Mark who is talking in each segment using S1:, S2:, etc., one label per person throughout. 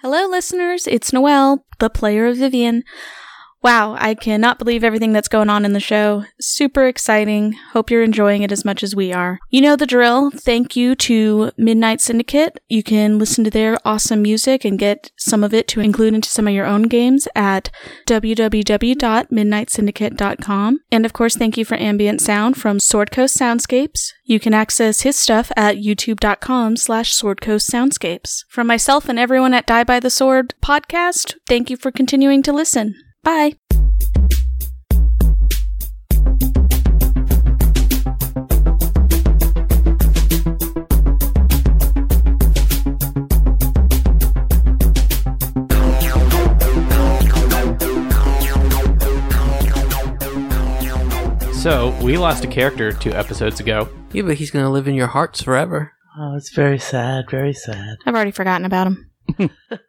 S1: Hello, listeners. It's Noelle, the player of Vivian. Wow, I cannot believe everything that's going on in the show. Super exciting. Hope you're enjoying it as much as we are. You know the drill. Thank you to Midnight Syndicate. You can listen to their awesome music and get some of it to include into some of your own games at www.midnightsyndicate.com. And of course, thank you for ambient sound from Sword Coast Soundscapes. You can access his stuff at youtube.com slash swordcoastsoundscapes. From myself and everyone at Die by the Sword podcast, thank you for continuing to listen. Bye.
S2: So, we lost a character two episodes ago.
S3: Yeah, but he's gonna live in your hearts forever.
S4: Oh, it's very sad, very sad.
S1: I've already forgotten about him.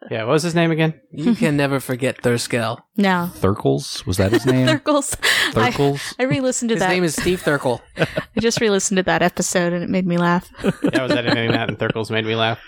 S2: Yeah, what was his name again?
S3: You can never forget Thurskell.
S1: No.
S5: Thurkles? Was that his name?
S1: Thurkles. I,
S5: Thurkles?
S1: I re-listened to
S3: His
S1: that.
S3: name is Steve Thurkel.
S1: I just re-listened to that episode and it made me laugh.
S2: Yeah, was that his name? That and Thurkles made me laugh.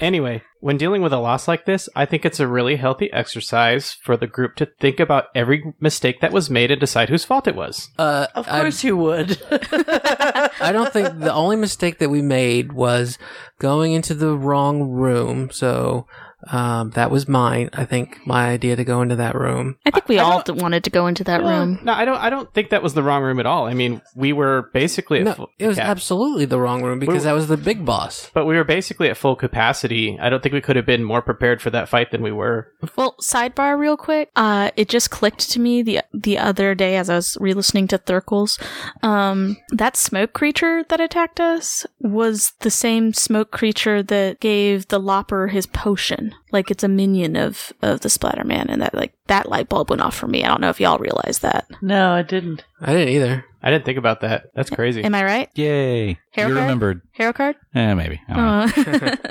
S2: Anyway, when dealing with a loss like this, I think it's a really healthy exercise for the group to think about every mistake that was made and decide whose fault it was.
S3: Uh,
S4: Of
S3: I-
S4: course you would.
S3: I don't think the only mistake that we made was going into the wrong room. So um, that was mine. I think my idea to go into that room.
S1: I think we
S2: I
S1: all wanted to go into that room.
S2: No, I don't. I don't think that was the wrong room at all. I mean, we were basically at
S3: No,
S2: full,
S3: it was
S2: cap-
S3: absolutely the wrong room because that was the big boss.
S2: but we were basically at full capacity. I don't think we could have been more prepared for that fight than we were.
S1: Well, sidebar real quick. Uh, it just clicked to me the the other day as I was re-listening to Thurkles. Um, that smoke creature that attacked us was the same smoke creature that gave the Lopper his potion. Like it's a minion of of the Splatterman, and that like that light bulb went off for me. I don't know if y'all realize that.
S4: no, I didn't.
S3: I didn't either.
S2: I didn't think about that. That's crazy.
S1: Am I right?
S5: Yay.
S1: Hair card?
S5: you remembered.
S1: Hero card.
S5: Eh, maybe. I don't know.
S1: Uh,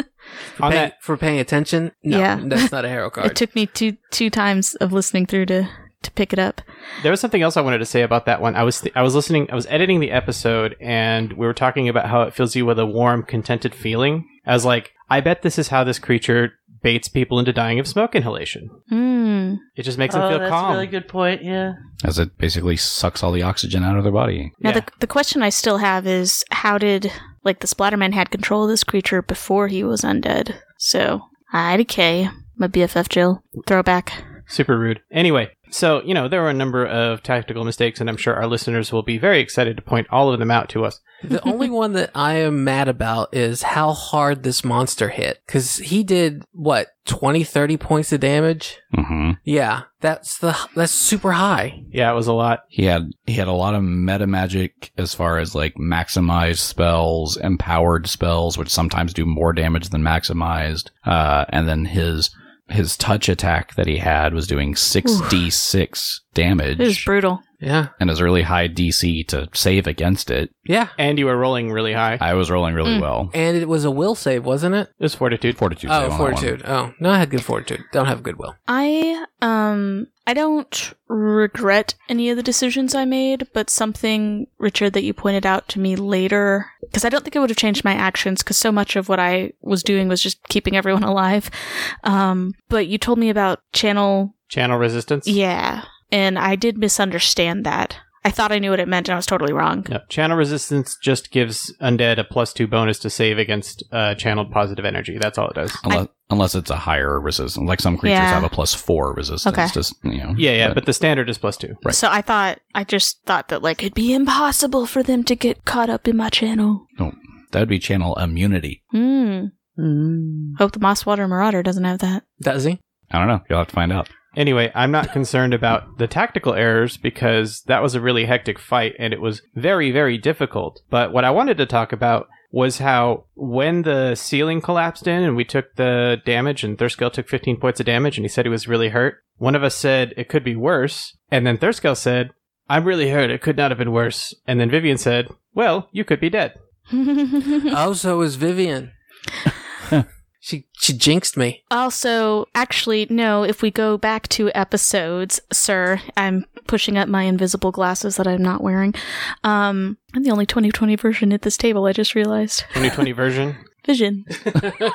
S3: For,
S2: On
S3: pay-
S2: that-
S3: for paying attention, no,
S1: Yeah.
S3: that's not a hero
S1: it
S3: card.
S1: took me two two times of listening through to to pick it up.
S2: There was something else I wanted to say about that one. I was th- I was listening. I was editing the episode, and we were talking about how it fills you with a warm, contented feeling. I was like, I bet this is how this creature baits people into dying of smoke inhalation.
S1: Hmm.
S2: It just makes them
S4: oh,
S2: feel
S4: that's
S2: calm.
S4: a really good point. Yeah.
S5: As it basically sucks all the oxygen out of their body.
S1: Now
S2: Yeah.
S1: the the question I still have is how did like the Splatterman had control of this creature before he was undead? So I decay. My BFF Jill throwback.
S2: Super rude. Anyway, so you know there were a number of tactical mistakes, and I'm sure our listeners will be very excited to point all of them out to us.
S3: the only one that I am mad about is how hard this monster hit because he did what 20, 30 points of damage.
S5: hmm
S3: Yeah, that's the that's super high.
S2: Yeah, it was a lot.
S5: He had he had a lot of meta magic as far as like maximized spells, empowered spells, which sometimes do more damage than maximized. Uh, and then his his touch attack that he had was doing six d six
S1: It was
S5: damage,
S1: brutal.
S3: Yeah,
S5: and his really high DC to save against it.
S3: yeah.
S2: And you were rolling really high.
S5: I was rolling really
S1: Mm.
S5: well.
S3: And it was a will save, wasn't it?
S2: It was fortitude.
S5: Fortitude. save
S3: oh,
S5: on that one.
S3: fortitude. Oh, no, I had good fortitude. Don't have good will.
S1: I um I don't regret any of the decisions I made, but something Richard that you pointed out to me later because I don't think it would have changed my actions because so much of what I was doing was just keeping everyone alive. Um, but you told me about channel
S2: Channel resistance.
S1: Yeah. And I did misunderstand that. I thought I knew what it meant and I was totally wrong.
S2: No, channel resistance just gives undead a plus two bonus to save against uh, channeled positive energy. That's all it does.
S5: Unless, unless it's a higher resistance, like some creatures
S1: Yeah.
S5: have a plus four resistance.
S1: Okay.
S5: Just you know.
S2: Yeah, yeah, but the standard is plus two.
S5: Right.
S1: So I thought I just thought that like it'd be impossible for them to get caught up in my channel.
S5: that would be channel immunity.
S1: Hmm.
S4: Mm.
S1: Hope the Mosswater Marauder doesn't have that.
S3: Does he?
S5: I don't know. You'll have to find out.
S2: Anyway, I'm not concerned about the tactical errors because that was a really hectic fight and it was very, very difficult. But what I wanted to talk about was how when the ceiling collapsed in and we took the damage and Thurskell took 15 points of damage and he said he was really hurt, one of us said it could be worse. And then Thurskell said, I'm really hurt. It could not have been worse. And then Vivian said, Well, you could be dead.
S3: oh, so is Vivian. she she jinxed me.
S1: also, actually, no, if we go back to episodes, sir, I'm pushing up my invisible glasses that I'm not wearing. Um, I'm the only 2020 version at this table, I just realized.
S2: 2020 version.
S1: vision.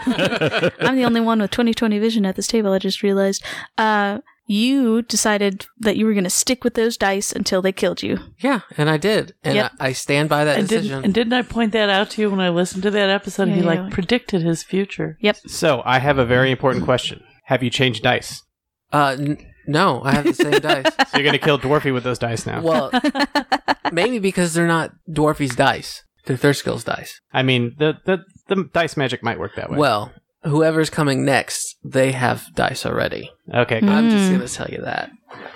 S1: I'm the only one with 2020 vision at this table. I just realized. Uh, you decided that you were going to stick with those dice until they killed you.
S3: Yeah, and I did, and
S4: Yep.
S3: I, I stand by that
S4: And
S3: decision.
S4: didn't, and didn't I point that out to you when I listened to that episode?
S1: Yeah,
S4: he
S1: yeah,
S4: like
S1: like-
S4: predicted his future.
S2: So I have a very important question. Have you changed dice?
S3: uh, n- no, I have the same dice.
S2: So you're going to kill Dwarfy with those dice now.
S3: Well, maybe because they're not Dwarfy's dice; they're Thurskill's dice.
S2: I mean, the, the the dice magic might work that way.
S3: Well, whoever's coming next, they have dice already.
S2: okay, good.
S3: I'm just
S1: Mm.
S3: gonna tell you that.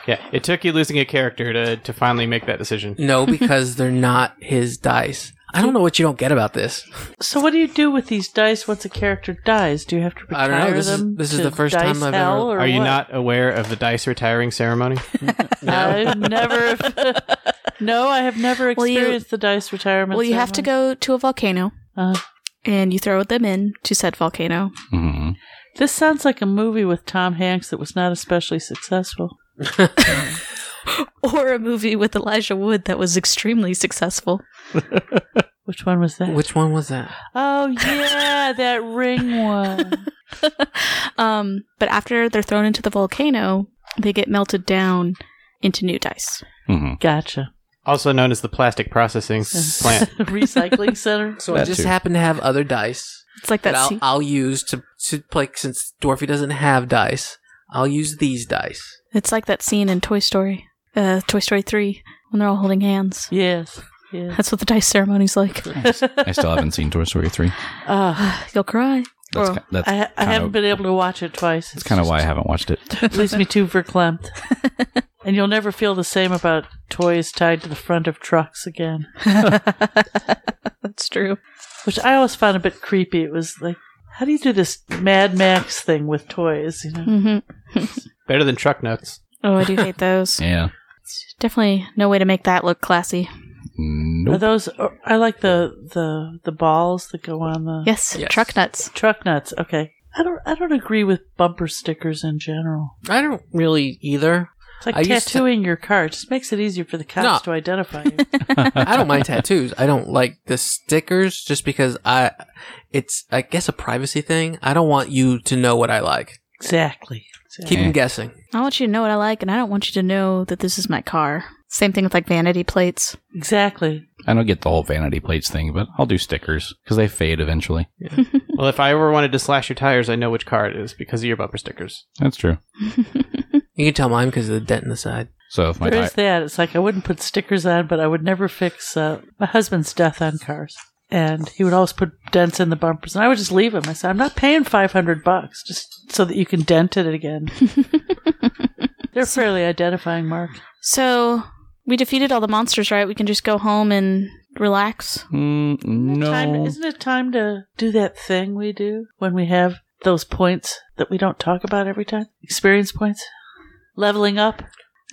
S2: yeah. It took you losing a character to to finally make that decision.
S3: No, because they're not his dice. I don't know what you don't get about this.
S4: So what do you do with these dice once a character dies? Do you have to retire
S3: I don't know. This is-
S4: them?
S3: this is
S4: to
S3: the first
S4: dice
S3: time I've ever-
S4: hell or
S2: Are you
S4: what?
S2: not aware of the dice retiring ceremony?
S4: I've never. no, I have never
S1: Well, you-
S4: experienced the dice retirement.
S1: well, you have to
S4: ceremony.
S1: go to a volcano
S4: Uh,
S1: and you throw them in to said volcano.
S5: hmm
S4: this sounds like a movie with Tom Hanks that was not especially successful.
S1: Or a movie with Elijah Wood that was extremely successful.
S4: Which one was that?
S3: Which one was that?
S4: Oh yeah, that ring one.
S1: um, but after they're thrown into the volcano, they get melted down into new dice.
S5: hmm
S4: Gotcha.
S2: Also known as the plastic processing plant.
S4: Recycling center.
S3: So I
S5: That
S3: just
S5: too.
S3: happen to have other dice
S1: It's like
S3: that
S1: that.
S3: I'll,
S1: se-
S3: I'll use to, to like since Dorothy doesn't have dice, I'll use these dice.
S1: it's like that scene in Toy Story, uh, Toy Story Three, when they're all holding hands.
S4: Yes. Yes.
S1: That's what the dice ceremony's like.
S5: I still haven't seen Toy Story three.
S4: Uh,
S1: You'll cry.
S5: That's
S1: Or-
S5: ki- that's
S4: I, I
S5: kinda-
S4: haven't been able to watch it twice.
S5: That's kind of why I haven't watched it.
S4: It leaves me too verklempt. and you'll never feel the same about toys tied to the front of trucks again.
S1: That's true.
S4: Which I always found a bit creepy. It was like, how do you do this Mad Max thing with toys? You know,
S1: hmm
S2: Better than truck nuts.
S1: Oh, I do hate those.
S5: Yeah.
S1: Definitely no way to make that look classy.
S4: are
S5: Nope.
S4: those? or- I like the the the balls that go on the
S1: Yes,
S3: Yes.
S1: truck nuts.
S4: truck nuts. Okay, I don't I don't agree with bumper stickers in general.
S3: I don't really either.
S4: It's like
S3: I used to-
S4: tattooing your car. It just makes it easier for the cops
S3: No.
S4: to identify you.
S3: I don't mind tattoos. I don't like the stickers just because I it's I guess a privacy thing. I don't want you to know what I like.
S4: exactly.
S3: Keep
S4: exactly.
S5: Yeah.
S3: them guessing.
S1: I want you to know what I like, and I don't want you to know that this is my car. Same thing with like vanity plates.
S4: Exactly.
S5: I don't get the whole vanity plates thing, but I'll do stickers because they fade eventually.
S2: Well, if I ever wanted to slash your tires, I know which car it is because of your bumper stickers.
S5: That's true.
S3: You can tell mine because of the dent in the side.
S5: So if my
S4: There
S5: di-
S4: is that. It's like I wouldn't put stickers on, but I would never fix uh, my husband's death on cars. And he would always put dents in the bumpers, and I would just leave him. I said, "I'm not paying 500 bucks just so that you can dent it again." They're fairly identifying mark.
S1: So we defeated all the monsters, right? We can just go home and relax.
S5: Mm, no,
S4: Time, isn't it time to do that thing we do when we have those points that we don't talk about every time? Experience points, leveling up.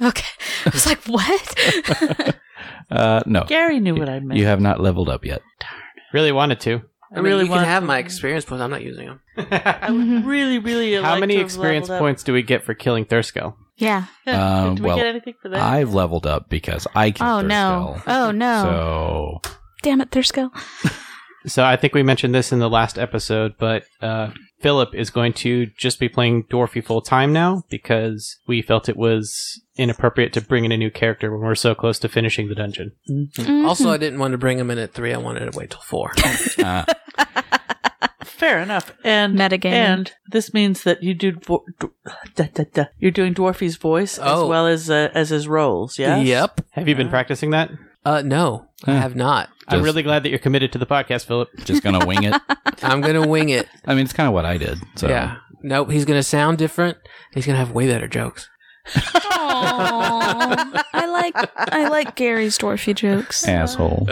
S1: Okay. I was like, what?
S5: uh, no.
S4: Gary knew what I meant.
S5: You have not leveled up yet.
S2: Really wanted to.
S3: I,
S4: I
S3: really
S4: really
S3: you can
S4: want
S3: have
S4: to-
S3: my experience points. I'm not using them.
S4: I would really, really.
S2: How
S4: like
S2: many
S4: to have
S2: experience
S4: leveled up.
S2: points do we get for killing Thurskill?
S1: yeah.
S5: Um,
S3: Uh,
S4: Did we
S5: well,
S4: get anything for that?
S5: I've leveled up because I can.
S1: Oh no. Oh no.
S5: So
S1: Damn it, Thurskill.
S2: So I think we mentioned this in the last episode, but uh, Philip is going to just be playing Dwarfy full time now because we felt it was inappropriate to bring in a new character when we're so close to finishing the dungeon.
S3: Mm-hmm. Also, I didn't want to bring them in at three. I wanted to wait till four.
S5: uh,
S4: Fair enough. And
S1: Mm-hmm. Metagaming.
S4: And this means that you do dvo- d- da, da, da. you're doing Dwarfy's voice
S3: Oh.
S4: as well as uh, as his roles. Yeah.
S3: Yep.
S2: Have you been practicing that?
S3: Uh, no, I
S5: Huh.
S3: have not.
S2: I'm
S5: Just-
S2: really glad that you're committed to the podcast, Philip.
S5: just gonna wing it.
S3: I'm gonna wing it.
S5: I mean, it's kind of what I did. So
S3: Yeah. Nope. He's gonna sound different. He's gonna have way better jokes.
S1: Aw. I like I like Gary's dwarfy jokes.
S5: asshole.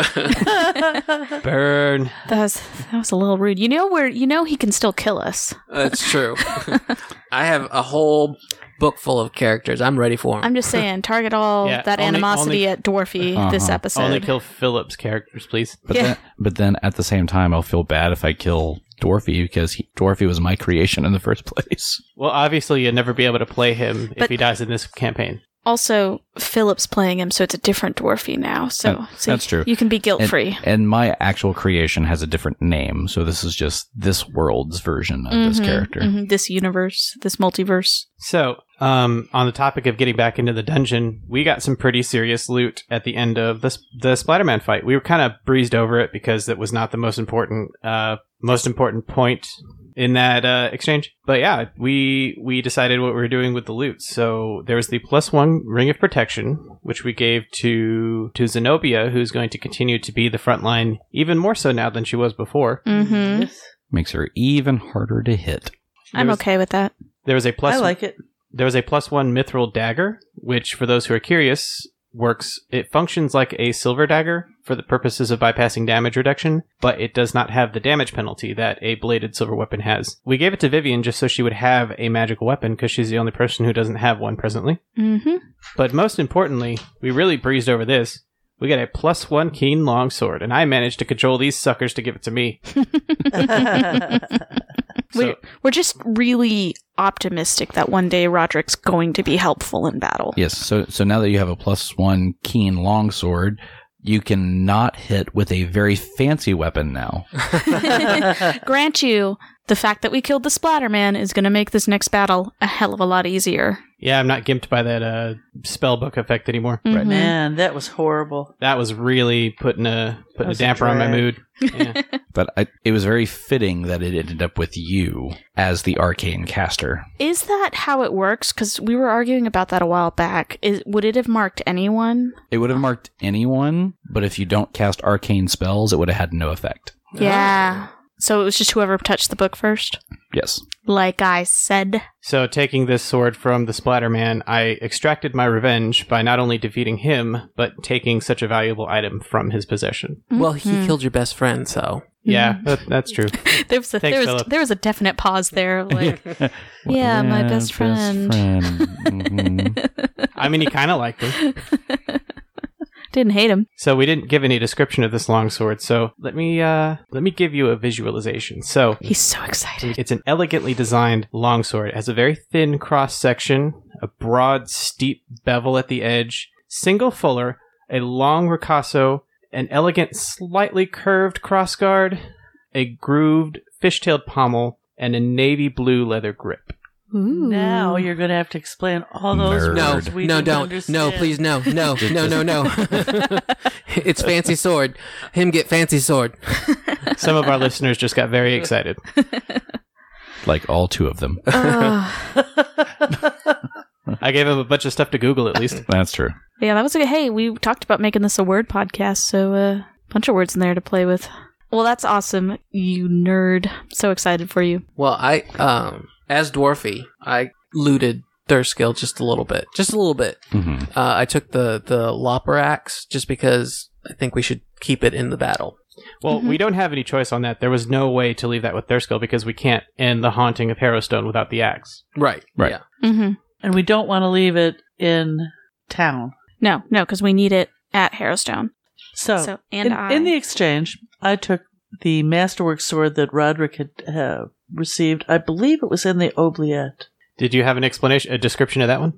S2: Burn.
S1: That was that was a little rude. You know where you know he can still kill us.
S3: That's true. I have a whole book full of characters. I'm ready for them.
S1: I'm just saying, target all
S2: Yeah,
S1: that
S2: only-
S1: animosity
S2: only-
S1: at Dwarfy this
S5: Uh-huh.
S1: episode.
S2: Only kill Philip's characters, please.
S5: But
S1: Yeah.
S5: then, but then at the same time, I'll feel bad if I kill Dwarfy because he, Dwarfy was my creation in the first place.
S2: Well, obviously, you'd never be able to play him if
S1: But-
S2: he dies in this campaign.
S1: also Philip's playing him, so it's a different dwarfy now. So,
S5: Uh,
S1: so
S5: that's true.
S1: You can be guilt
S5: And-
S1: free.
S5: And my actual creation has a different name, so this is just this world's version of this
S1: Mhm,
S5: character.
S1: mhm, this universe, this multiverse.
S2: So, um, on the topic of getting back into the dungeon, we got some pretty serious loot at the end of the the Spider-Man fight. We were kind of breezed over it because it was not the most important uh, most important point in that uh, exchange. But yeah, we we decided what we were doing with the loot. So there was the plus one ring of protection, which we gave to to Zenobia, who's going to continue to be the front line even more so now than she was before.
S1: hmm
S4: Yes.
S5: Makes her even harder to hit.
S1: I'm
S2: was-
S1: okay with that.
S2: There was a plus
S4: I like it.
S2: There was a plus one mithril dagger, which, for those who are curious, works. It functions like a silver dagger for the purposes of bypassing damage reduction, but it does not have the damage penalty that a bladed silver weapon has. We gave it to Vivian just so she would have a magical weapon because she's the only person who doesn't have one presently.
S1: hmm
S2: But most importantly, we really breezed over this. We got a plus one keen longsword, and I managed to cajole these suckers to give it to me. So,
S1: We're, we're just really optimistic that one day Roderick's going to be helpful in battle.
S5: Yes, so so now that you have a plus one keen longsword, you can not hit with a very fancy weapon now.
S1: Grant you, the fact that we killed the Splatterman is going to make this next battle a hell of a lot easier.
S2: yeah, I'm not gimped by that uh, spellbook effect anymore.
S1: Mhm.
S4: Man, that was horrible.
S2: that was really putting a
S4: That
S2: putting a
S4: was a
S2: damper on my
S4: drag.
S2: mood. Yeah.
S5: But I, it was very fitting that it ended up with you as the arcane caster.
S1: Is that how it works? Because we were arguing about that a while back. Is, would it have marked anyone?
S5: It would have marked anyone, but if you don't cast arcane spells, it would have had no effect.
S1: Yeah. So it was just whoever touched the book first?
S5: Yes.
S1: Like I said.
S2: so taking this sword from the Splatterman, I extracted my revenge by not only defeating him, but taking such a valuable item from his possession.
S3: Well, he
S1: Mhm.
S3: killed your best friend, so
S4: Mm-hmm.
S2: Yeah, that, that's true.
S1: There was a,
S2: Thanks,
S1: there was,
S2: Philip.
S1: there was a definite pause there. Like, Yeah, my best friend.
S5: friend.
S2: I mean, he kind of liked him.
S1: Didn't hate him.
S2: So we didn't give any description of this longsword. So let me uh, let me give you a visualization. So
S1: He's so excited.
S2: It's an elegantly designed longsword. It has a very thin cross section, a broad, steep bevel at the edge, single fuller, a long ricasso, an elegant, slightly curved crossguard, a grooved, fishtailed pommel, and a navy blue leather grip.
S1: Ooh.
S4: Now you're going to have to explain all those
S5: Nerd.
S3: no,
S4: words. we
S3: no,
S4: didn't
S3: don't,
S4: understand.
S3: no, please, no, no, no, no, no. it's fancy sword. Him get fancy sword.
S2: Some of our listeners just got very excited.
S5: like all two of them.
S1: Ugh.
S2: I gave them a bunch of stuff to Google at least.
S5: That's true.
S1: yeah, that was a hey. We talked about making this a word podcast, so a uh, bunch of words in there to play with. Well, that's awesome, you nerd. So excited for you.
S3: Well, I um as dwarfy, I looted Thurskill just a little bit, just a little bit.
S5: hmm
S3: Uh, I took the the lopper axe just because I think we should keep it in the battle.
S2: Well, we don't have any choice on that. There was no way to leave that with Thurskill because we can't end the haunting of Harrowstone without the axe.
S3: Right,
S5: Right.
S3: Yeah.
S1: Mm-hmm.
S4: And we don't want to leave it in town.
S1: No, no, because we need it at Harrowstone.
S4: So,
S1: So, and
S4: Oh, in,
S1: I.
S4: in the exchange, I took the masterwork sword that Roderick had uh, received. I believe it was in the oubliette.
S2: Did you have an explanation, a description of that one?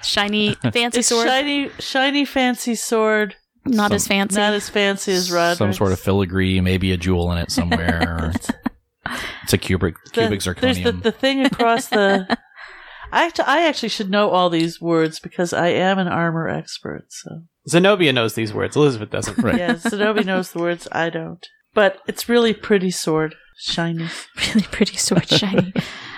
S1: Shiny, fancy
S4: It's
S1: sword.
S4: shiny, shiny, fancy sword.
S1: Not
S5: Some-
S1: as fancy.
S4: Not as fancy as Roderick's.
S5: Some sort of filigree, maybe a jewel in it somewhere. it's a cubic
S4: The-
S5: cubic
S4: There's
S5: zirconium.
S4: the, the thing across the. I, act- I actually should know all these words because I am an armor expert. So
S2: Zenobia knows these words. Elizabeth doesn't.
S5: Right.
S4: yeah, Zenobi knows the words. I don't. But it's really pretty sword, shiny,
S1: really pretty sword, shiny.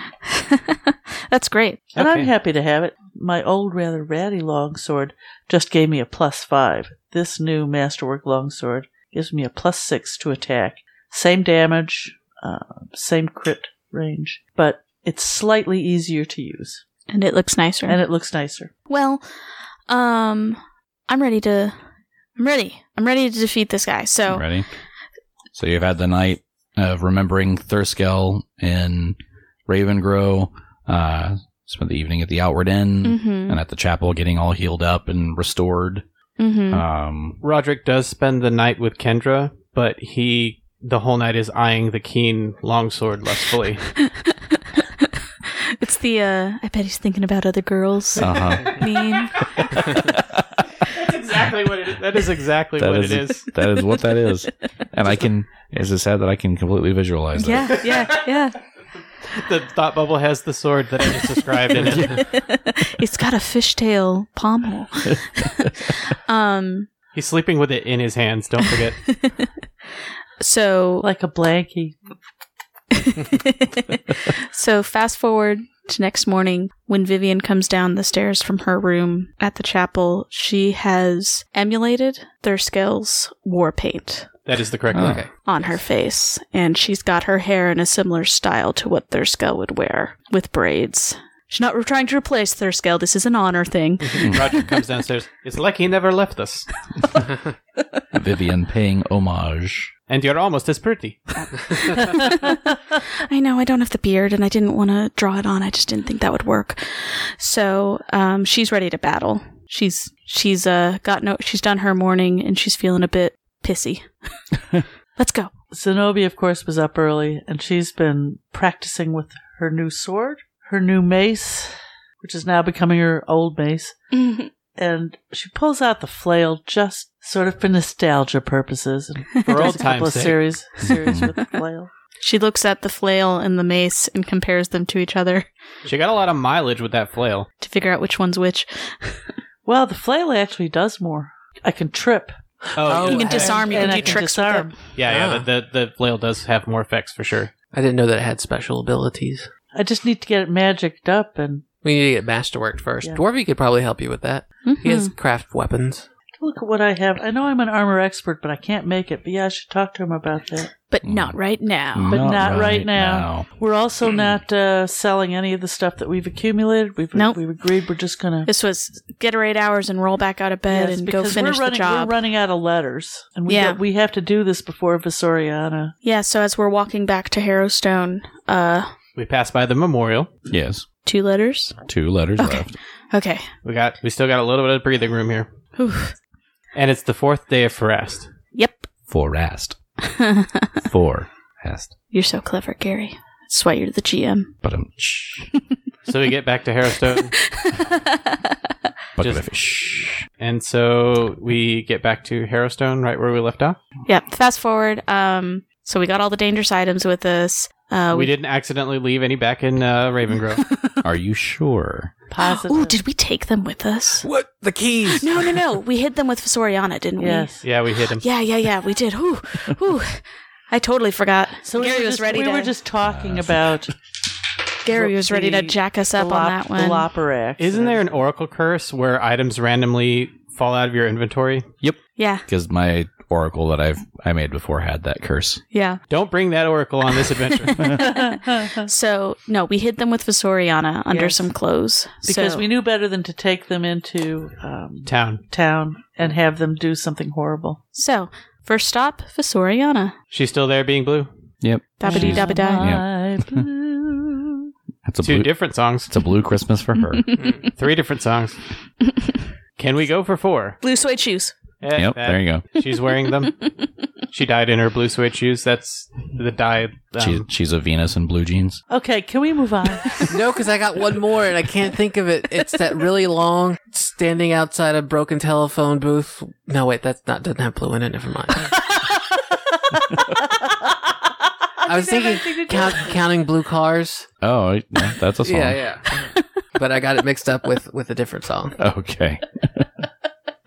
S1: that's great.
S4: and
S2: Okay.
S4: I'm happy to have it. My old, rather ratty longsword just gave me a plus five. This new masterwork longsword gives me a plus six to attack. Same damage, uh, same crit range, but it's slightly easier to use,
S1: And it looks nicer.
S4: and it looks nicer.
S1: Well, um, I'm ready to. I'm ready. I'm ready to defeat this guy. So
S5: Ready? So you've had the night of remembering Thurskell in Ravengrow, uh, spent the evening at the Outward Inn
S4: Mm-hmm.
S1: Mhm.
S5: and at the chapel getting all healed up and restored.
S1: Mhm.
S4: Mm-hmm.
S5: Um,
S2: Roderick does spend the night with Kendra, but he the whole night is eyeing the keen longsword lustfully.
S1: it's the uh, I bet he's thinking about other girls
S5: Uh-huh.
S1: meme.
S2: That's exactly what it is. That is exactly
S5: That
S2: what
S5: is
S2: it
S5: it.
S2: is.
S5: that is what that is, and I can. It's just sad that I can completely visualize that.
S1: Yeah, yeah, yeah.
S2: The thought bubble has the sword that I just described in it.
S1: it's got a fishtail pommel. um,
S2: He's sleeping with it in his hands. Don't forget.
S1: so
S4: Like a blankie.
S1: so fast forward to next morning when Vivian comes down the stairs from her room at the chapel, she has emulated Thurskell's war paint
S2: That is the correct
S5: Oh.
S2: one.
S3: Okay.
S1: on her face, and she's got her hair in a similar style to what Thurskell would wear with braids. She's not trying to replace Thurskell. This is an honor thing.
S2: Roger comes downstairs. It's like he never left us.
S5: Vivian paying homage.
S2: And you're almost as pretty.
S1: I know I don't have the beard and I didn't want to draw it on. I just didn't think that would work. So, um, she's ready to battle. She's she's uh got no she's done her morning and she's feeling a bit pissy. Let's go.
S4: Zenobi, of course, was up early, and she's been practicing with her new sword, her new mace, which is now becoming her old mace. And she pulls out the flail just sort of for nostalgia purposes. And
S2: For old
S4: does a couple
S2: time's
S4: of
S2: sake.
S4: series, series with the flail.
S1: She looks at the flail and the mace and compares them to each other
S2: She got a lot of mileage with that flail.
S1: to figure out which one's which.
S4: Well, the flail actually does more. I can trip.
S3: Oh,
S1: You can
S3: and-
S1: disarm, you
S4: and
S1: can
S4: I
S1: do
S4: can
S1: tricks with
S4: disarm.
S1: them.
S2: Yeah, yeah.
S3: Ah.
S2: The, the the flail does have more effects for sure.
S3: I didn't know that it had special abilities.
S4: I just need to get it magicked up and
S3: We need to get Masterworked first.
S4: Yeah.
S3: Dwarvy could probably help you with that. He has craft weapons.
S4: look at what I have. I know I'm an armor expert, but I can't make it. But yeah, I should talk to him about that.
S1: But not right now.
S4: But not right now. We're also not uh, selling any of the stuff that we've accumulated. We've
S1: Nope.
S4: we've agreed we're just gonna
S1: This was get her eight hours and roll back out of bed
S4: Yes,
S1: and go
S4: we're
S1: finish
S4: running,
S1: the job.
S4: We're running out of letters, and we
S1: Yeah.
S4: got- we have to do this before Visoriana.
S1: Yeah, so as we're walking back to Harrowstone, uh,
S2: We passed by the memorial.
S5: Yes,
S1: two letters.
S5: two letters
S1: Okay.
S5: left.
S1: Okay.
S2: We got we still got a little bit of breathing room here.
S1: Whew.
S2: And it's the fourth day of Forest.
S1: Yep.
S5: Forest, forest.
S1: you're so clever, Gary. That's why you're the GM.
S5: But um,
S2: So we get back to Harrowstone.
S5: bucket
S2: Just-
S5: of fish.
S2: and so we get back to Harrowstone right where we left off.
S1: yep. Fast forward. Um, so we got all the dangerous items with us. Uh,
S2: we didn't accidentally leave any back in uh, Ravengrove.
S5: Are you sure?
S4: Positive.
S1: Ooh, did we take them with us?
S3: What? The keys?
S1: No, no, no. We hid them with Visoriana, didn't
S4: yes.
S2: yeah, we hit him.
S1: we? Yeah, yeah, yeah. We did. Ooh, ooh. I totally forgot.
S4: So we
S1: Gary
S4: were
S1: was
S4: just,
S1: ready
S4: We
S1: to-
S4: were just talking about
S1: Gary was ready to
S4: the-
S1: jack us
S4: the
S1: up on
S4: lop-
S1: that one.
S4: the Loperax.
S2: Isn't there an oracle curse where items randomly fall out of your inventory?
S1: Yeah,
S5: Because my oracle that I've I made before had that curse.
S1: yeah.
S2: Don't bring that oracle on this adventure.
S4: because
S1: So no, we hid them with Visoriana under
S4: Yes.
S1: some clothes so,
S4: we knew better than to take them into um,
S2: Town.
S4: town and have them do something horrible.
S1: So first stop, Visoriana.
S2: She's still there being blue.
S5: Yep,
S1: Babidi
S5: She's-
S1: dabba da.
S4: My blue.
S5: that's a
S2: Two
S5: blue.
S2: different songs.
S5: it's a blue Christmas for her.
S2: Three different songs. Can we go for four?
S1: Blue suede shoes.
S2: Eh,
S5: yep,
S2: that-
S5: there you go.
S2: She's wearing them. she died in her blue suede shoes. That's the dye. Um,
S5: she's she's a Venus in blue jeans.
S4: Okay, can we move on?
S3: no, because I got one more and I can't think of it. It's that really long standing outside a broken telephone booth. No, wait, that's not doesn't have blue in it. Never mind. I was thinking count, counting blue cars.
S5: Oh, yeah, that's a song.
S3: Yeah, yeah. but I got it mixed up with with a different song.
S5: Okay.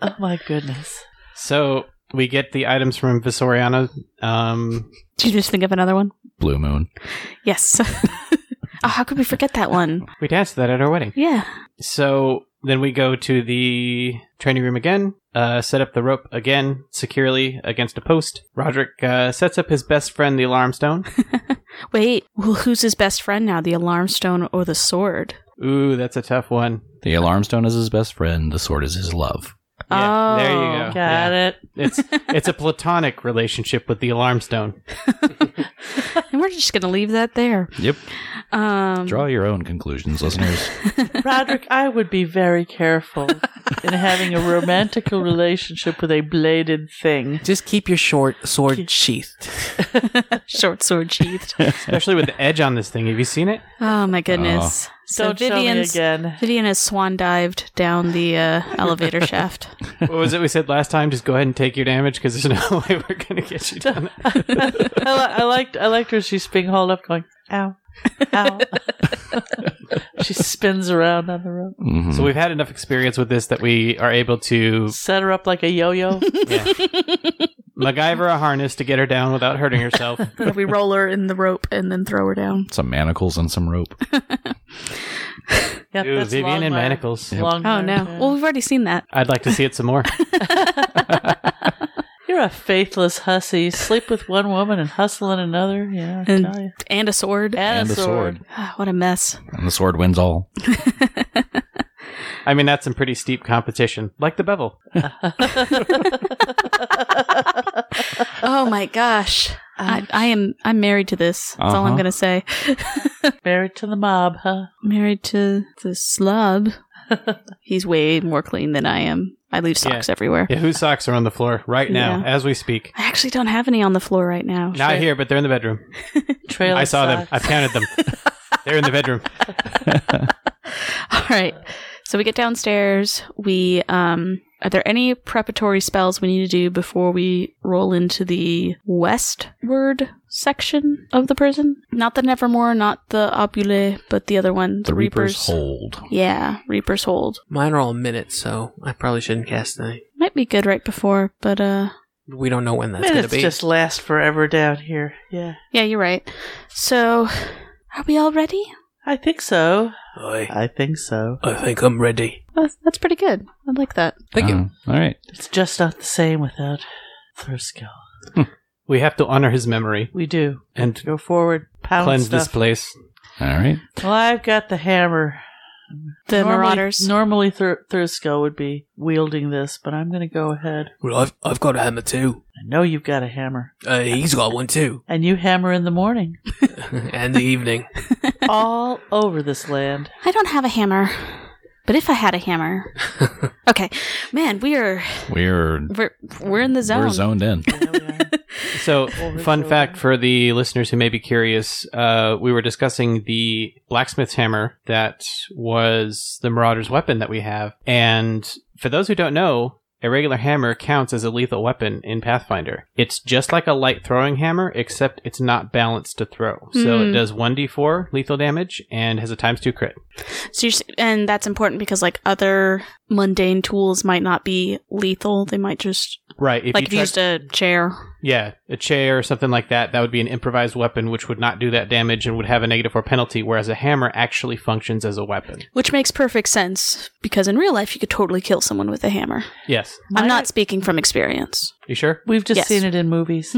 S4: oh my goodness.
S2: so we get the items from Visoriana. Um,
S1: Did you just think of another one?
S5: Blue moon.
S1: Yes. oh, how could we forget that one?
S2: we danced that at our wedding.
S1: Yeah.
S2: So then we go to the training room again, uh, set up the rope again securely against a post. Roderick uh, sets up his best friend, the alarm stone.
S1: Wait, well, who's his best friend now? The alarm stone or the sword?
S2: Ooh, that's a tough one.
S5: The alarm stone is his best friend. The sword is his love.
S1: Oh,
S2: there you go.
S4: Got
S2: Yeah.
S4: it.
S2: It's it's a platonic relationship with the alarm stone.
S1: And we're just going to leave that there.
S5: Yep.
S6: Um,
S5: Draw your own conclusions, listeners.
S4: Roderick, I would be very careful in having a romantical relationship with a bladed thing.
S3: Just keep your short sword sheathed.
S1: Short sword sheathed.
S2: Especially with the edge on this thing. Have you seen it?
S1: Oh my goodness. So
S4: Don't
S1: Vivian's
S4: show me again.
S1: Vivian has swan dived down the uh, elevator shaft.
S2: What was it we said last time? Just go ahead and take your damage because there's no way we're going to get you down.
S4: I, li- Oh, I liked I liked her. She's being hauled up, going ow, ow. she spins around on the rope.
S5: Mhm.
S2: So we've had enough experience with this that we are able to
S4: Set her up like a yo-yo.
S2: MacGyver a harness to get her down without hurting herself.
S1: we roll her in the rope and then throw her down.
S5: some manacles and some rope.
S4: Yep,
S2: Ooh,
S4: that's
S2: Vivian and
S4: Longmire.
S2: manacles.
S1: Oh
S4: Longmire,
S1: no.
S4: yeah.
S1: Well, we've already seen that.
S2: I'd like to see it some more.
S4: You're a faithless hussy. Sleep with one woman and hustle in another. Yeah, I
S1: And-
S4: tell you.
S1: And a sword.
S5: And a sword.
S1: Ah, what a mess.
S5: And the sword wins all.
S2: I mean, that's some pretty steep competition, like the bevel.
S1: Oh my gosh. I, I am I'm married to this. That's all I'm
S5: Uh-huh.
S1: gonna say.
S4: Married to the mob, huh?
S1: married to the slub. He's way more clean than I am. I leave socks everywhere.
S2: Yeah, whose socks are on the floor right now
S1: Yeah.
S2: as we speak?
S1: I actually don't have any on the floor right now.
S2: Not here, but they're in the bedroom.
S4: Trail.
S2: I saw them.
S4: socks.
S2: I counted them. They're in the bedroom.
S1: All right. So we get downstairs. We um are there any preparatory spells we need to do before we roll into the westward section of the prison? Not the Nevermore, not the Obule, but the other one,
S5: The Reaper's, hold.
S1: Yeah, Reaper's Hold.
S3: Mine are all minutes, so I probably shouldn't cast any.
S1: Might be good right before, but uh
S3: We don't know when that's going to
S4: Minutes
S3: be.
S4: just last forever down here. Yeah,
S1: yeah, you're right. So are we all ready?
S4: I think so.
S3: Oi,
S4: I think so.
S3: I think I'm ready.
S1: That's, that's pretty good. I like that.
S3: Thank you.
S5: Uh, all right.
S4: It's just not the same without Thurskill.
S2: We have to honor his memory
S4: We do
S2: and
S4: go forward, pound
S2: cleanse
S4: stuff.
S2: this place.
S5: All right.
S4: Well, I've got the hammer.
S1: The
S4: normally,
S1: Marauders.
S4: Normally, Thur- Thurskill would be wielding this, but I'm going to go ahead.
S3: Well, I've, I've got a hammer too.
S4: I know you've got a hammer,
S3: Uh, he's got one too.
S4: and you hammer in the morning,
S3: and the evening.
S4: all over this land.
S1: I don't have a hammer. But if I had a hammer. okay. Man, we are
S5: We're
S1: we're we're in the zone.
S5: we're zoned in.
S4: Yeah, we are.
S2: So,
S4: Over
S2: fun
S4: to-
S2: fact for the listeners who may be curious, uh, we were discussing the blacksmith's hammer that was the Marauder's weapon that we have. And for those who don't know, a regular hammer counts as a lethal weapon in Pathfinder. It's just like a light throwing hammer, except it's not balanced to throw. So it
S1: Mm.
S2: does 1d4 lethal damage and has a times 2 crit.
S1: So you're, s- and that's important because like other mundane tools might not be lethal. They might just
S2: Right. If
S1: like if you
S2: tried-
S1: used a chair.
S2: Yeah, a chair or something like that, that would be an improvised weapon which would not do that damage and would have a negative 4 penalty, whereas a hammer actually functions as a weapon.
S1: Which makes perfect sense because in real life you could totally kill someone with a hammer.
S2: Yes.
S1: I'm
S4: My-
S1: not speaking from experience.
S2: You sure?
S4: We've just
S1: Yes. Hmm.
S4: seen it in movies.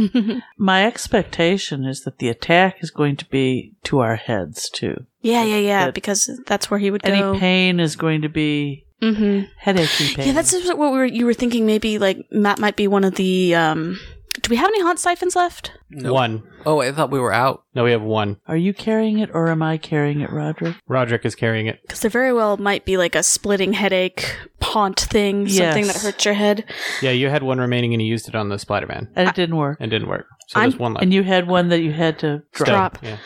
S4: My expectation is that the attack is going to be to our heads too.
S1: yeah, yeah, yeah.
S4: But-
S1: because that's where he would go.
S4: Any pain is going to be
S1: mm-hmm.
S4: headachey pain.
S1: Yeah, that's just what we were, you were thinking. Maybe like Matt might be one of the. um Do we have any haunt siphons left?
S3: No.
S2: One.
S3: Oh, I thought we were out.
S2: No, we have one.
S4: Are you carrying it or am I carrying it, Roderick?
S2: Roderick is carrying it.
S1: Because there very well might be like a splitting headache haunt thing, something
S4: Yes.
S1: that hurts your head.
S2: Yeah, you had one remaining and you used it on the Spider-Man
S4: And it didn't work.
S2: and didn't work. So
S1: I'm-
S2: there's one left.
S4: And you had one that you had to
S2: Still,
S4: drop.
S1: Drop.
S2: Yeah.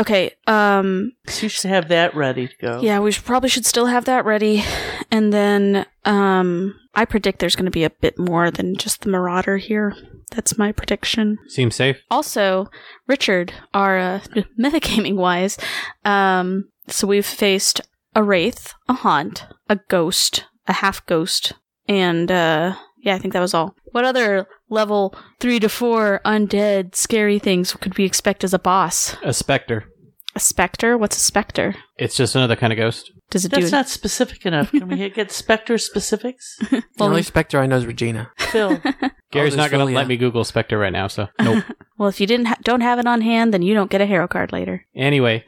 S1: Okay. Um.
S4: So you should have that ready to go.
S1: Yeah, we should, probably should still have that ready, and then um, I predict there's going to be a bit more than just the Marauder here. That's my prediction.
S2: Seems safe.
S1: also richard our uh, metagaming wise um so we've faced a wraith a haunt a ghost a half ghost and uh yeah i think that was all what other level three to four undead scary things could we expect as a boss
S2: A specter.
S1: a specter what's a specter
S2: It's just another kind of ghost.
S1: does it
S4: That's
S1: do
S4: not specific enough. Can we get Spectre specifics?
S3: the
S1: well,
S3: only specter I know is Regina.
S4: Phil,
S2: Gary's
S3: there's
S2: not going to
S3: Phil,
S2: let
S3: yeah.
S2: me Google specter right now, so nope.
S1: well if you didn't ha- don't have it on hand then you don't get a hero card later
S2: anyway,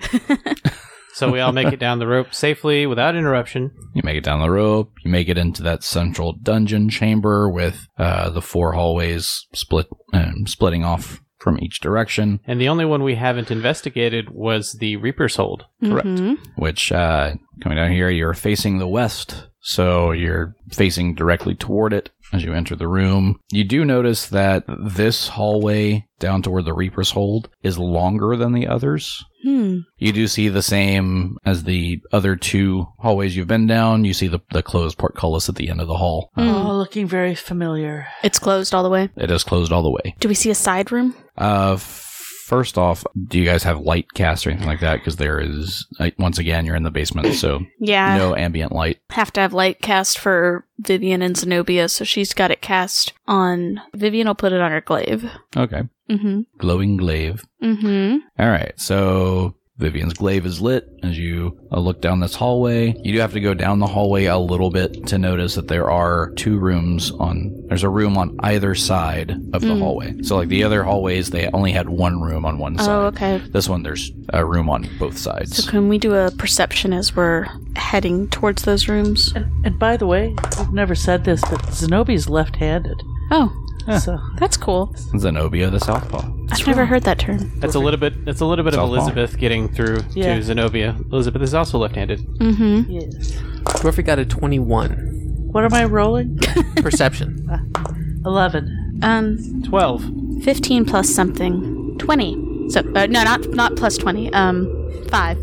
S2: so we all make it down the rope safely without interruption.
S5: You make it down the rope. You make it into that central dungeon chamber with uh, the four hallways split um, splitting off from each direction,
S2: And the only one we haven't investigated was the Reaper's Hold.
S5: Correct.
S1: Mhm.
S5: which uh, coming down here, you're facing the west. So you're facing directly toward it as you enter the room. You do notice that this hallway down toward the Reaper's Hold is longer than the others.
S1: Hmm.
S5: You do see the same as the other two hallways you've been down. You see the, the closed portcullis at the end of the hall.
S1: Hmm.
S4: Oh, looking very familiar.
S1: It's closed all the way.
S5: It is closed all the way.
S1: Do we see a side room?
S5: Uh, f- first off, do you guys have light cast or anything like that? Because there is, like, once again, you're in the basement, so
S1: Yeah.
S5: no ambient light.
S1: Have to have light cast for Vivian and Zenobia, so she's got it cast on Vivian. I'll put it on her glaive.
S5: Okay.
S1: Mm-hmm.
S5: Glowing glaive.
S1: Mm-hmm.
S5: All right, so Vivian's glaive is lit as you uh, look down this hallway. You do have to go down the hallway a little bit to notice that there are two rooms on. There's a room on either side of the
S1: Mm.
S5: hallway. So like the other hallways, they only had one room on one side.
S1: Oh, okay.
S5: This one, there's a room on both sides.
S1: So can we do a perception as we're heading towards those rooms?
S4: And, and by the way, we've never said this, but Zenobi's left-handed.
S1: Oh,
S4: So
S1: that's cool.
S5: Zenobia the Southpaw.
S1: I've never heard that term.
S2: That's a little bit. That's a little bit of
S5: Softball.
S2: Elizabeth getting through
S4: Yeah.
S2: to Zenobia. Elizabeth is also left-handed.
S1: Mm-hmm.
S4: yes.
S3: Dwarfy got a 21.
S4: What am I rolling?
S3: Perception.
S4: Eleven.
S1: Um,
S2: Twelve.
S1: fifteen plus something, twenty. So uh, no, not not plus twenty. Um, five.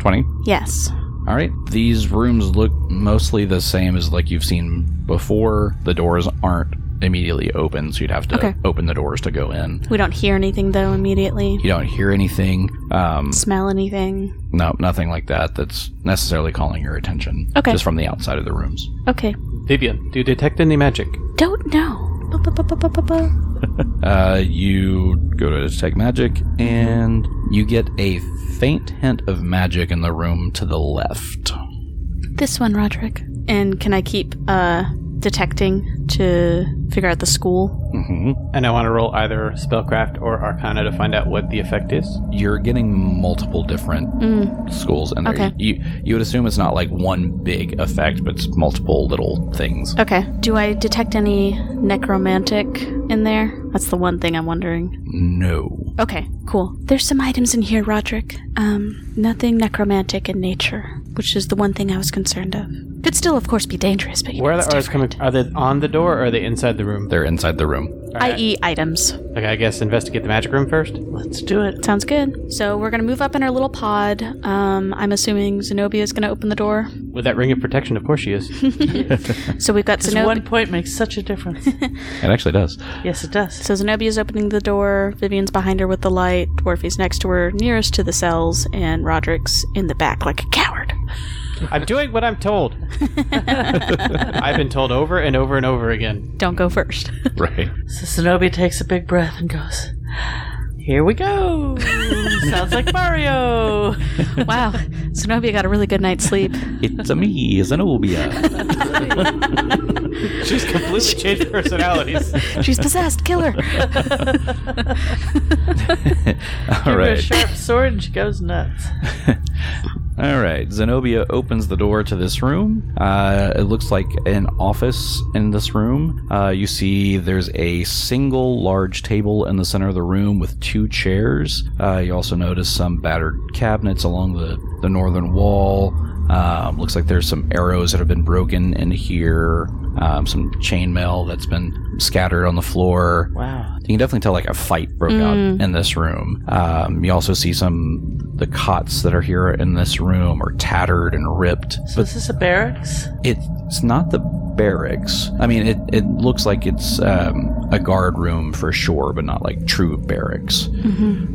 S5: 20.
S1: Yes.
S5: All right. These rooms look mostly the same as like you've seen before. The doors aren't immediately open, so you'd have to
S1: Okay.
S5: open the doors to go in.
S1: We don't hear anything though immediately.
S5: You don't hear anything. Um,
S1: Smell anything?
S5: no, nothing like that that's necessarily calling your attention.
S1: Okay.
S5: Just from the outside of the rooms.
S1: Okay.
S2: Vivian, do you detect any magic?
S1: Don't know. Ba-ba-ba-ba-ba-ba.
S5: Uh, you go to detect magic, and you get a faint hint of magic in the room to the left.
S1: This one, Roderick. And can I keep uh detecting to figure out the school?
S5: hmm
S2: And I want to roll either spellcraft or arcana to find out what the effect is.
S5: You're getting multiple different
S1: Mm.
S5: schools in there.
S1: Okay.
S5: You you would assume it's not like one big effect, but it's multiple little things.
S1: Okay. Do I detect any necromantic in there? That's the one thing I'm wondering.
S5: No.
S1: Okay, cool. There's some items in here, Roderick. Um, nothing necromantic in nature, which is the one thing I was concerned of. Could still, of course, be dangerous, but you
S2: Where
S1: know,
S2: are
S1: it's
S2: the arrows
S1: different.
S2: coming? Are they on the door or are they inside the room?
S5: They're inside the room.
S1: I.e., e, items.
S2: Okay, I guess investigate the magic room first.
S4: Let's do it.
S1: Sounds good. So we're gonna move up in our little pod. Um, I'm assuming Zenobia is gonna open the door.
S2: With that ring of protection, of course she is.
S1: So we've got
S4: Because
S1: Zenobia.
S4: one point makes such a difference.
S5: It actually does.
S4: yes, it does.
S1: So Zenobia's opening the door, Vivian's behind her with the light, Dwarfy's next to her, nearest to the cells, and Roderick's in the back like a coward.
S2: I'm doing what I'm told. I've been told over and over and over again.
S1: Don't go first.
S5: right.
S4: So Zenobia takes a big breath and goes, "Here we go." Sounds like Mario.
S1: wow. Zenobia got a really good night's sleep.
S5: It's a me, Zenobia.
S2: She's completely changed personalities.
S1: She's possessed. Kill her.
S5: All
S4: Give her a
S5: right.
S4: sharp sword and she goes nuts.
S5: All right. Zenobia opens the door to this room. Uh, it looks like an office in this room. Uh, you see there's a single large table in the center of the room with two chairs. Uh, you also notice some battered cabinets along the, the northern wall. Um, looks like there's some arrows that have been broken in here, um, some chainmail that's been scattered on the floor.
S4: Wow.
S5: You can definitely tell like a fight broke out in this room. Um, you also see some the cots that are here in this room are tattered and ripped.
S4: So is this a barracks?
S5: It's not the barracks. I mean, it, it looks like it's um, a guard room for sure, but not like true barracks.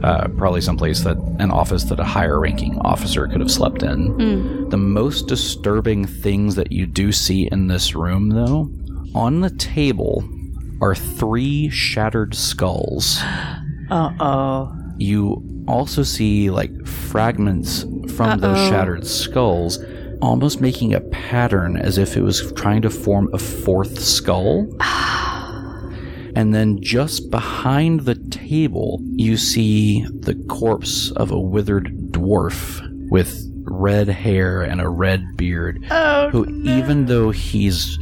S5: Uh, probably someplace that an office that a higher ranking officer could have slept in. The most disturbing things that you do see in this room, though, on the table are three shattered skulls.
S4: Uh oh.
S5: you also see like fragments from those shattered skulls almost making a pattern as if it was trying to form a fourth skull and then just behind the table you see the corpse of a withered dwarf with red hair and a red beard who even though he's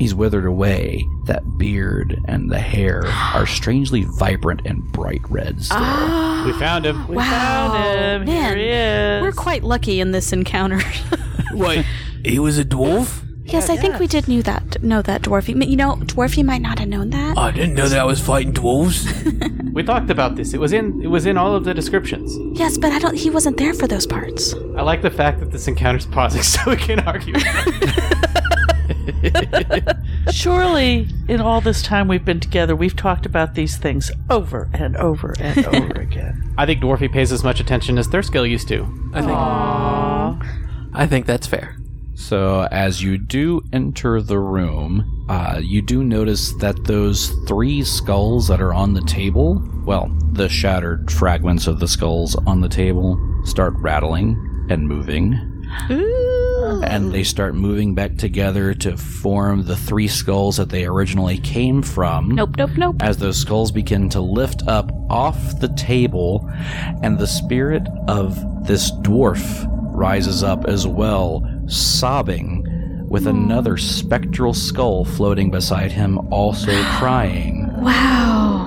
S5: He's withered away. That beard and the hair are strangely vibrant and bright red still.
S1: Ah,
S2: We found him.
S4: We
S1: wow.
S4: found him.
S1: Man,
S4: Here he is.
S1: we're quite lucky in this encounter.
S5: Wait, he was a dwarf?
S1: yes, I think we did knew that. Know that Dwarfy. You know, Dwarfy might not have known that.
S5: I didn't know that I was fighting dwarves.
S2: We talked about this. It was in it was in all of the descriptions.
S1: yes, but I don't. He wasn't there for those parts.
S2: I like the fact that this encounter's pausing so we can argue.
S4: Surely, in all this time we've been together, we've talked about these things over and over and over again.
S2: I think Dwarfy pays as much attention as Thurskill used to.
S3: I think. I think that's fair.
S5: So, as you do enter the room, uh, you do notice that those three skulls that are on the table, well, the shattered fragments of the skulls on the table, start rattling and moving. And they start moving back together to form the three skulls that they originally came from.
S1: Nope, nope, nope.
S5: As those skulls begin to lift up off the table, and the spirit of this dwarf rises up as well, sobbing, with another spectral skull floating beside him, also crying.
S1: Wow,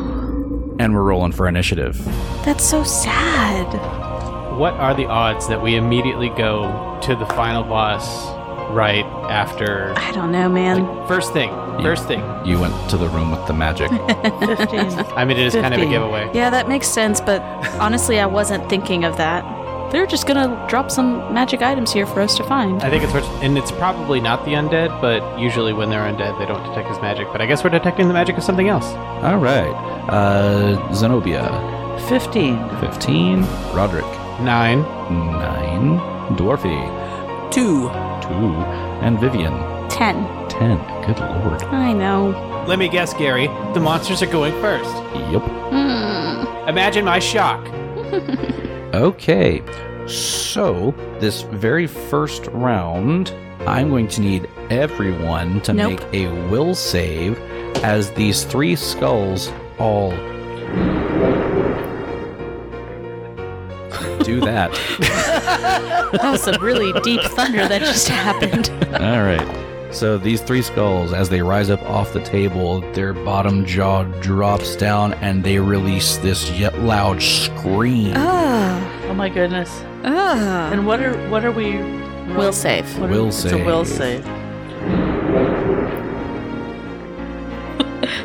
S5: And we're rolling for initiative.
S1: that's so sad.
S2: What are the odds that we immediately go to the final boss right after?
S1: I don't know, man.
S2: Like, first thing, first thing.
S5: You went to the room with the magic.
S4: 15.
S2: I mean, it is kind of a
S4: 15.
S2: giveaway.
S1: yeah, that makes sense. But honestly, I wasn't thinking of that. They're just gonna drop some magic items here for us to find.
S2: I think it's worth, and it's probably not the undead, but usually when they're undead, they don't detect his magic. But I guess we're detecting the magic of something else.
S5: All right. Uh, Zenobia,
S4: 15.
S5: 15. Roderick,
S2: Nine.
S5: 9. Dwarfy,
S3: Two.
S5: 2. And Vivian,
S1: Ten.
S5: 10. Good lord.
S1: I know.
S2: Let me guess, Gary. The monsters are going first.
S5: Yep.
S1: Hmm.
S2: Imagine my shock.
S5: Okay, so this very first round, I'm going to need everyone to
S1: Nope.
S5: make a will save as these three skulls all do that.
S1: That was some really deep thunder that just happened.
S5: All right. So these three skulls, as they rise up off the table, their bottom jaw drops down and they release this yet loud scream.
S1: Oh.
S4: Oh my goodness.
S1: Oh.
S4: And what are what are we?
S1: Will save.
S4: what are-
S5: Will
S4: it's a will
S5: save.
S4: save.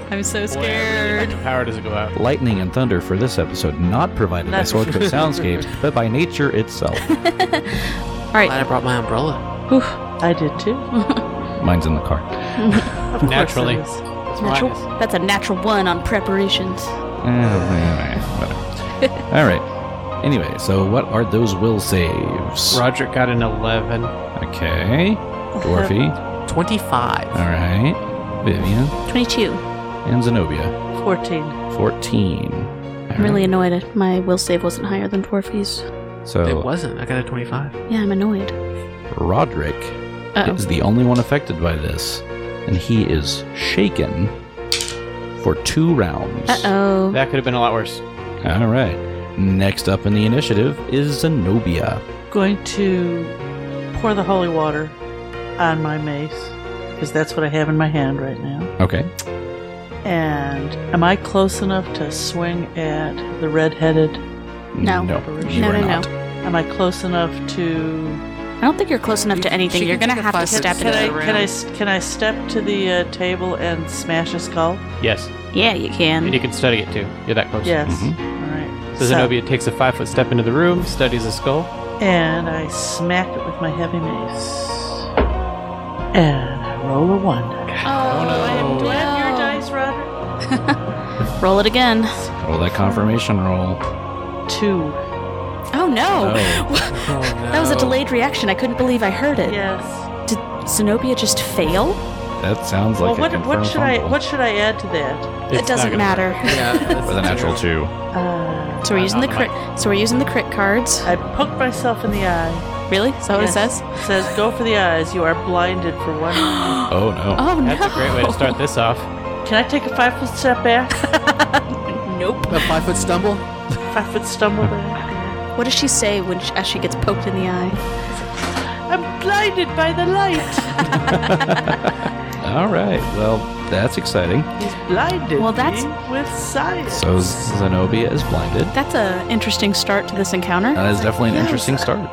S1: I'm so
S2: Boy, I really like
S1: scared.
S2: the power doesn't go out.
S5: Lightning and thunder for this episode, not provided by
S4: Not-
S5: Swordcliff Soundscapes, but by nature itself.
S1: All
S3: Glad I
S1: right.
S3: brought my umbrella.
S4: I did too.
S5: Mine's in the car.
S4: Of course
S2: Naturally.
S4: it is.
S2: It's
S1: Natural.
S2: minus.
S1: That's a natural one on preparations.
S5: Eh, All right. Anyway, so what are those will saves?
S2: Roderick got an 11.
S5: Okay. Dwarfy.
S3: Twenty-five.
S5: All right. Vivian
S1: 22.
S5: and Zenobia.
S4: Fourteen.
S5: 14.
S1: I'm really annoyed. if My will save wasn't higher than Dwarfy's.
S3: It
S5: So
S3: wasn't. I got a
S5: Oh,
S3: twenty-five.
S1: Yeah, I'm annoyed.
S5: Roderick
S1: Uh-oh.
S5: is the only one affected by this, and he is shaken for two rounds.
S1: Uh-oh.
S2: That could have been a lot worse.
S5: All right. Next up in the initiative is Zenobia.
S4: Going to pour the holy water on my mace because that's what I have in my hand right now.
S5: Okay.
S4: And am I close enough to swing at the red-headed?
S1: No.
S5: No. you
S1: No,
S5: are
S1: no,
S5: not.
S1: no.
S4: Am I close enough to
S1: I don't think you're close enough to anything.
S3: She
S1: You're
S3: can
S1: gonna
S3: take a
S1: have to step
S3: five-foot
S4: Can
S1: into
S4: I
S1: it.
S3: around.
S4: can I s- can I step to the uh, table and smash a skull?
S2: Yes.
S1: Yeah, you
S2: And you
S1: can.
S2: can study it too. You're that close.
S4: Yes.
S5: Mhm.
S4: All right.
S2: So Zenobia takes a five foot step into the room, studies a skull.
S4: and I smack it with my heavy mace. And I roll a one.
S1: Oh,
S2: no.
S4: Do I have your dice, Roger?
S1: Roll it again.
S5: Roll that confirmation roll.
S4: Two.
S1: Oh no. That was a delayed reaction. I couldn't believe I heard it.
S4: Yes.
S1: Did Zenobia just fail?
S5: That sounds
S4: Well,
S5: like
S4: what
S5: a
S4: what
S5: confirmed
S4: should I
S5: fumble.
S4: what should I add to that?
S2: It's
S1: it
S2: not
S1: doesn't
S2: gonna
S1: matter.
S3: Yeah.
S5: With a natural two.
S4: Uh,
S1: So we're using the
S2: not
S1: crit. So we're using the crit cards.
S4: I poked myself in the eye.
S1: Really? Is that what Oh, it
S4: Yes.
S1: says?
S4: It says go for the eyes. You are blinded for one. round."
S5: Oh no.
S1: Oh no.
S2: That's a great way to start this off.
S4: Can I take a five foot step back?
S1: Nope.
S3: A five-foot stumble.
S4: five foot stumble back.
S1: What does she say when she, as she gets poked in the eye?
S4: I'm blinded by the light.
S5: All All right. Well, that's exciting.
S4: He's blinded.
S1: Well, that's-
S4: me with science.
S5: So Zenobia is blinded.
S1: That's an interesting start to this encounter.
S5: That is definitely an interesting start.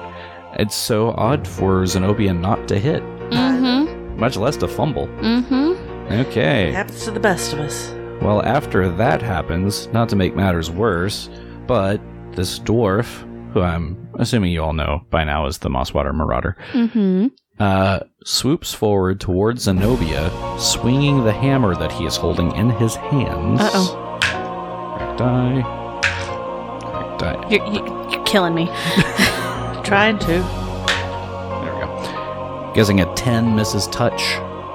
S5: It's so odd for Zenobia not to hit,
S1: Mm
S5: much less to fumble.
S1: hmm. Mm hmm.
S5: Okay.
S4: happens to the best of us.
S5: Well, after that happens, not to make matters worse, but this dwarf, who I'm assuming you all know by now is the Mosswater Marauder,
S1: Mm hmm.
S5: uh, swoops forward towards Zenobia, swinging the hammer that he is holding in his hands.
S1: Uh-oh.
S5: Crack die. Crack die.
S1: You're, you- you're killing me.
S4: Trying to.
S5: There we go. Guessing a 10 misses touch.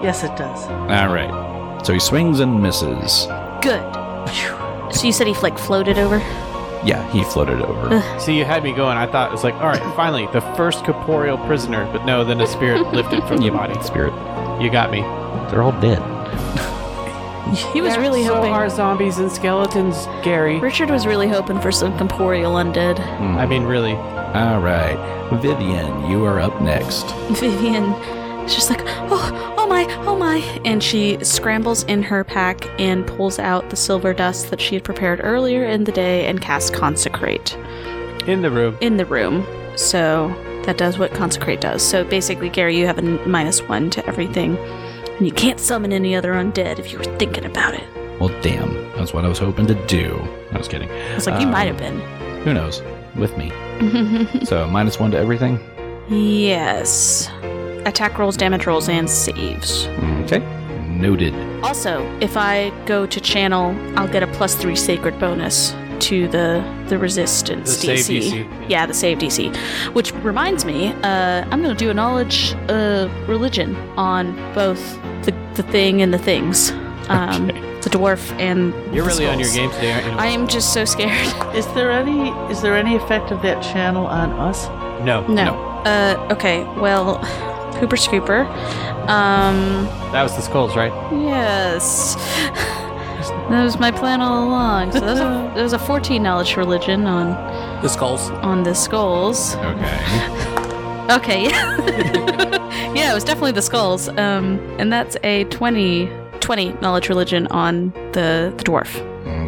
S4: Yes, it does.
S5: All right. So he swings and misses.
S1: Good. So you said he like floated over?
S5: Yeah, he floated over.
S2: See, you had me going. I thought it was like, all right, finally, the first corporeal prisoner. But no, then a spirit lifted from the
S5: you
S2: body.
S5: spirit.
S2: You got me.
S5: They're all dead.
S1: He was really hoping.
S2: zombies and skeletons scary?
S1: Richard was really hoping for some corporeal undead.
S2: I mean, really.
S5: All right. Vivian, you are up next.
S1: Vivian is just like, oh, oh my, oh my. And she scrambles in her pack and pulls out the silver dust that she had prepared earlier in the day and casts Consecrate
S2: In the room.
S1: in the room. So that does what Consecrate does. So basically, Gary, you have a n- minus one to everything. And you can't summon any other undead if you were thinking about it.
S5: Well, damn. That's what I was hoping to do. I was kidding.
S1: I was like, you
S5: Um,
S1: might have been.
S5: Who knows? With me. So, minus one to everything.
S1: yes. Attack rolls, damage rolls, and saves.
S5: Okay. Noted.
S1: Also, if I go to channel, I'll get a plus three sacred bonus to the the resistance
S2: The save
S1: DC.
S2: DC.
S1: Yeah, the save DC. Which reminds me, uh, I'm gonna do a knowledge uh, religion on both the, the thing and the things, um, the dwarf and
S2: You're
S1: the
S2: really on your
S1: skulls.
S2: game today, aren't you?
S1: I am just so scared.
S4: Is there any is there any effect of that channel on us?
S2: no,
S1: no. Uh, okay. Well, Hooper Scooper. Um,
S2: that was the skulls, right?
S1: Yes. That was my plan all along. So there's a, there's a 14 knowledge religion on
S3: The skulls.
S1: on the skulls.
S5: Okay.
S1: Okay, yeah. yeah, it was definitely the skulls. Um, and that's a 20, 20 knowledge religion on the, the dwarf.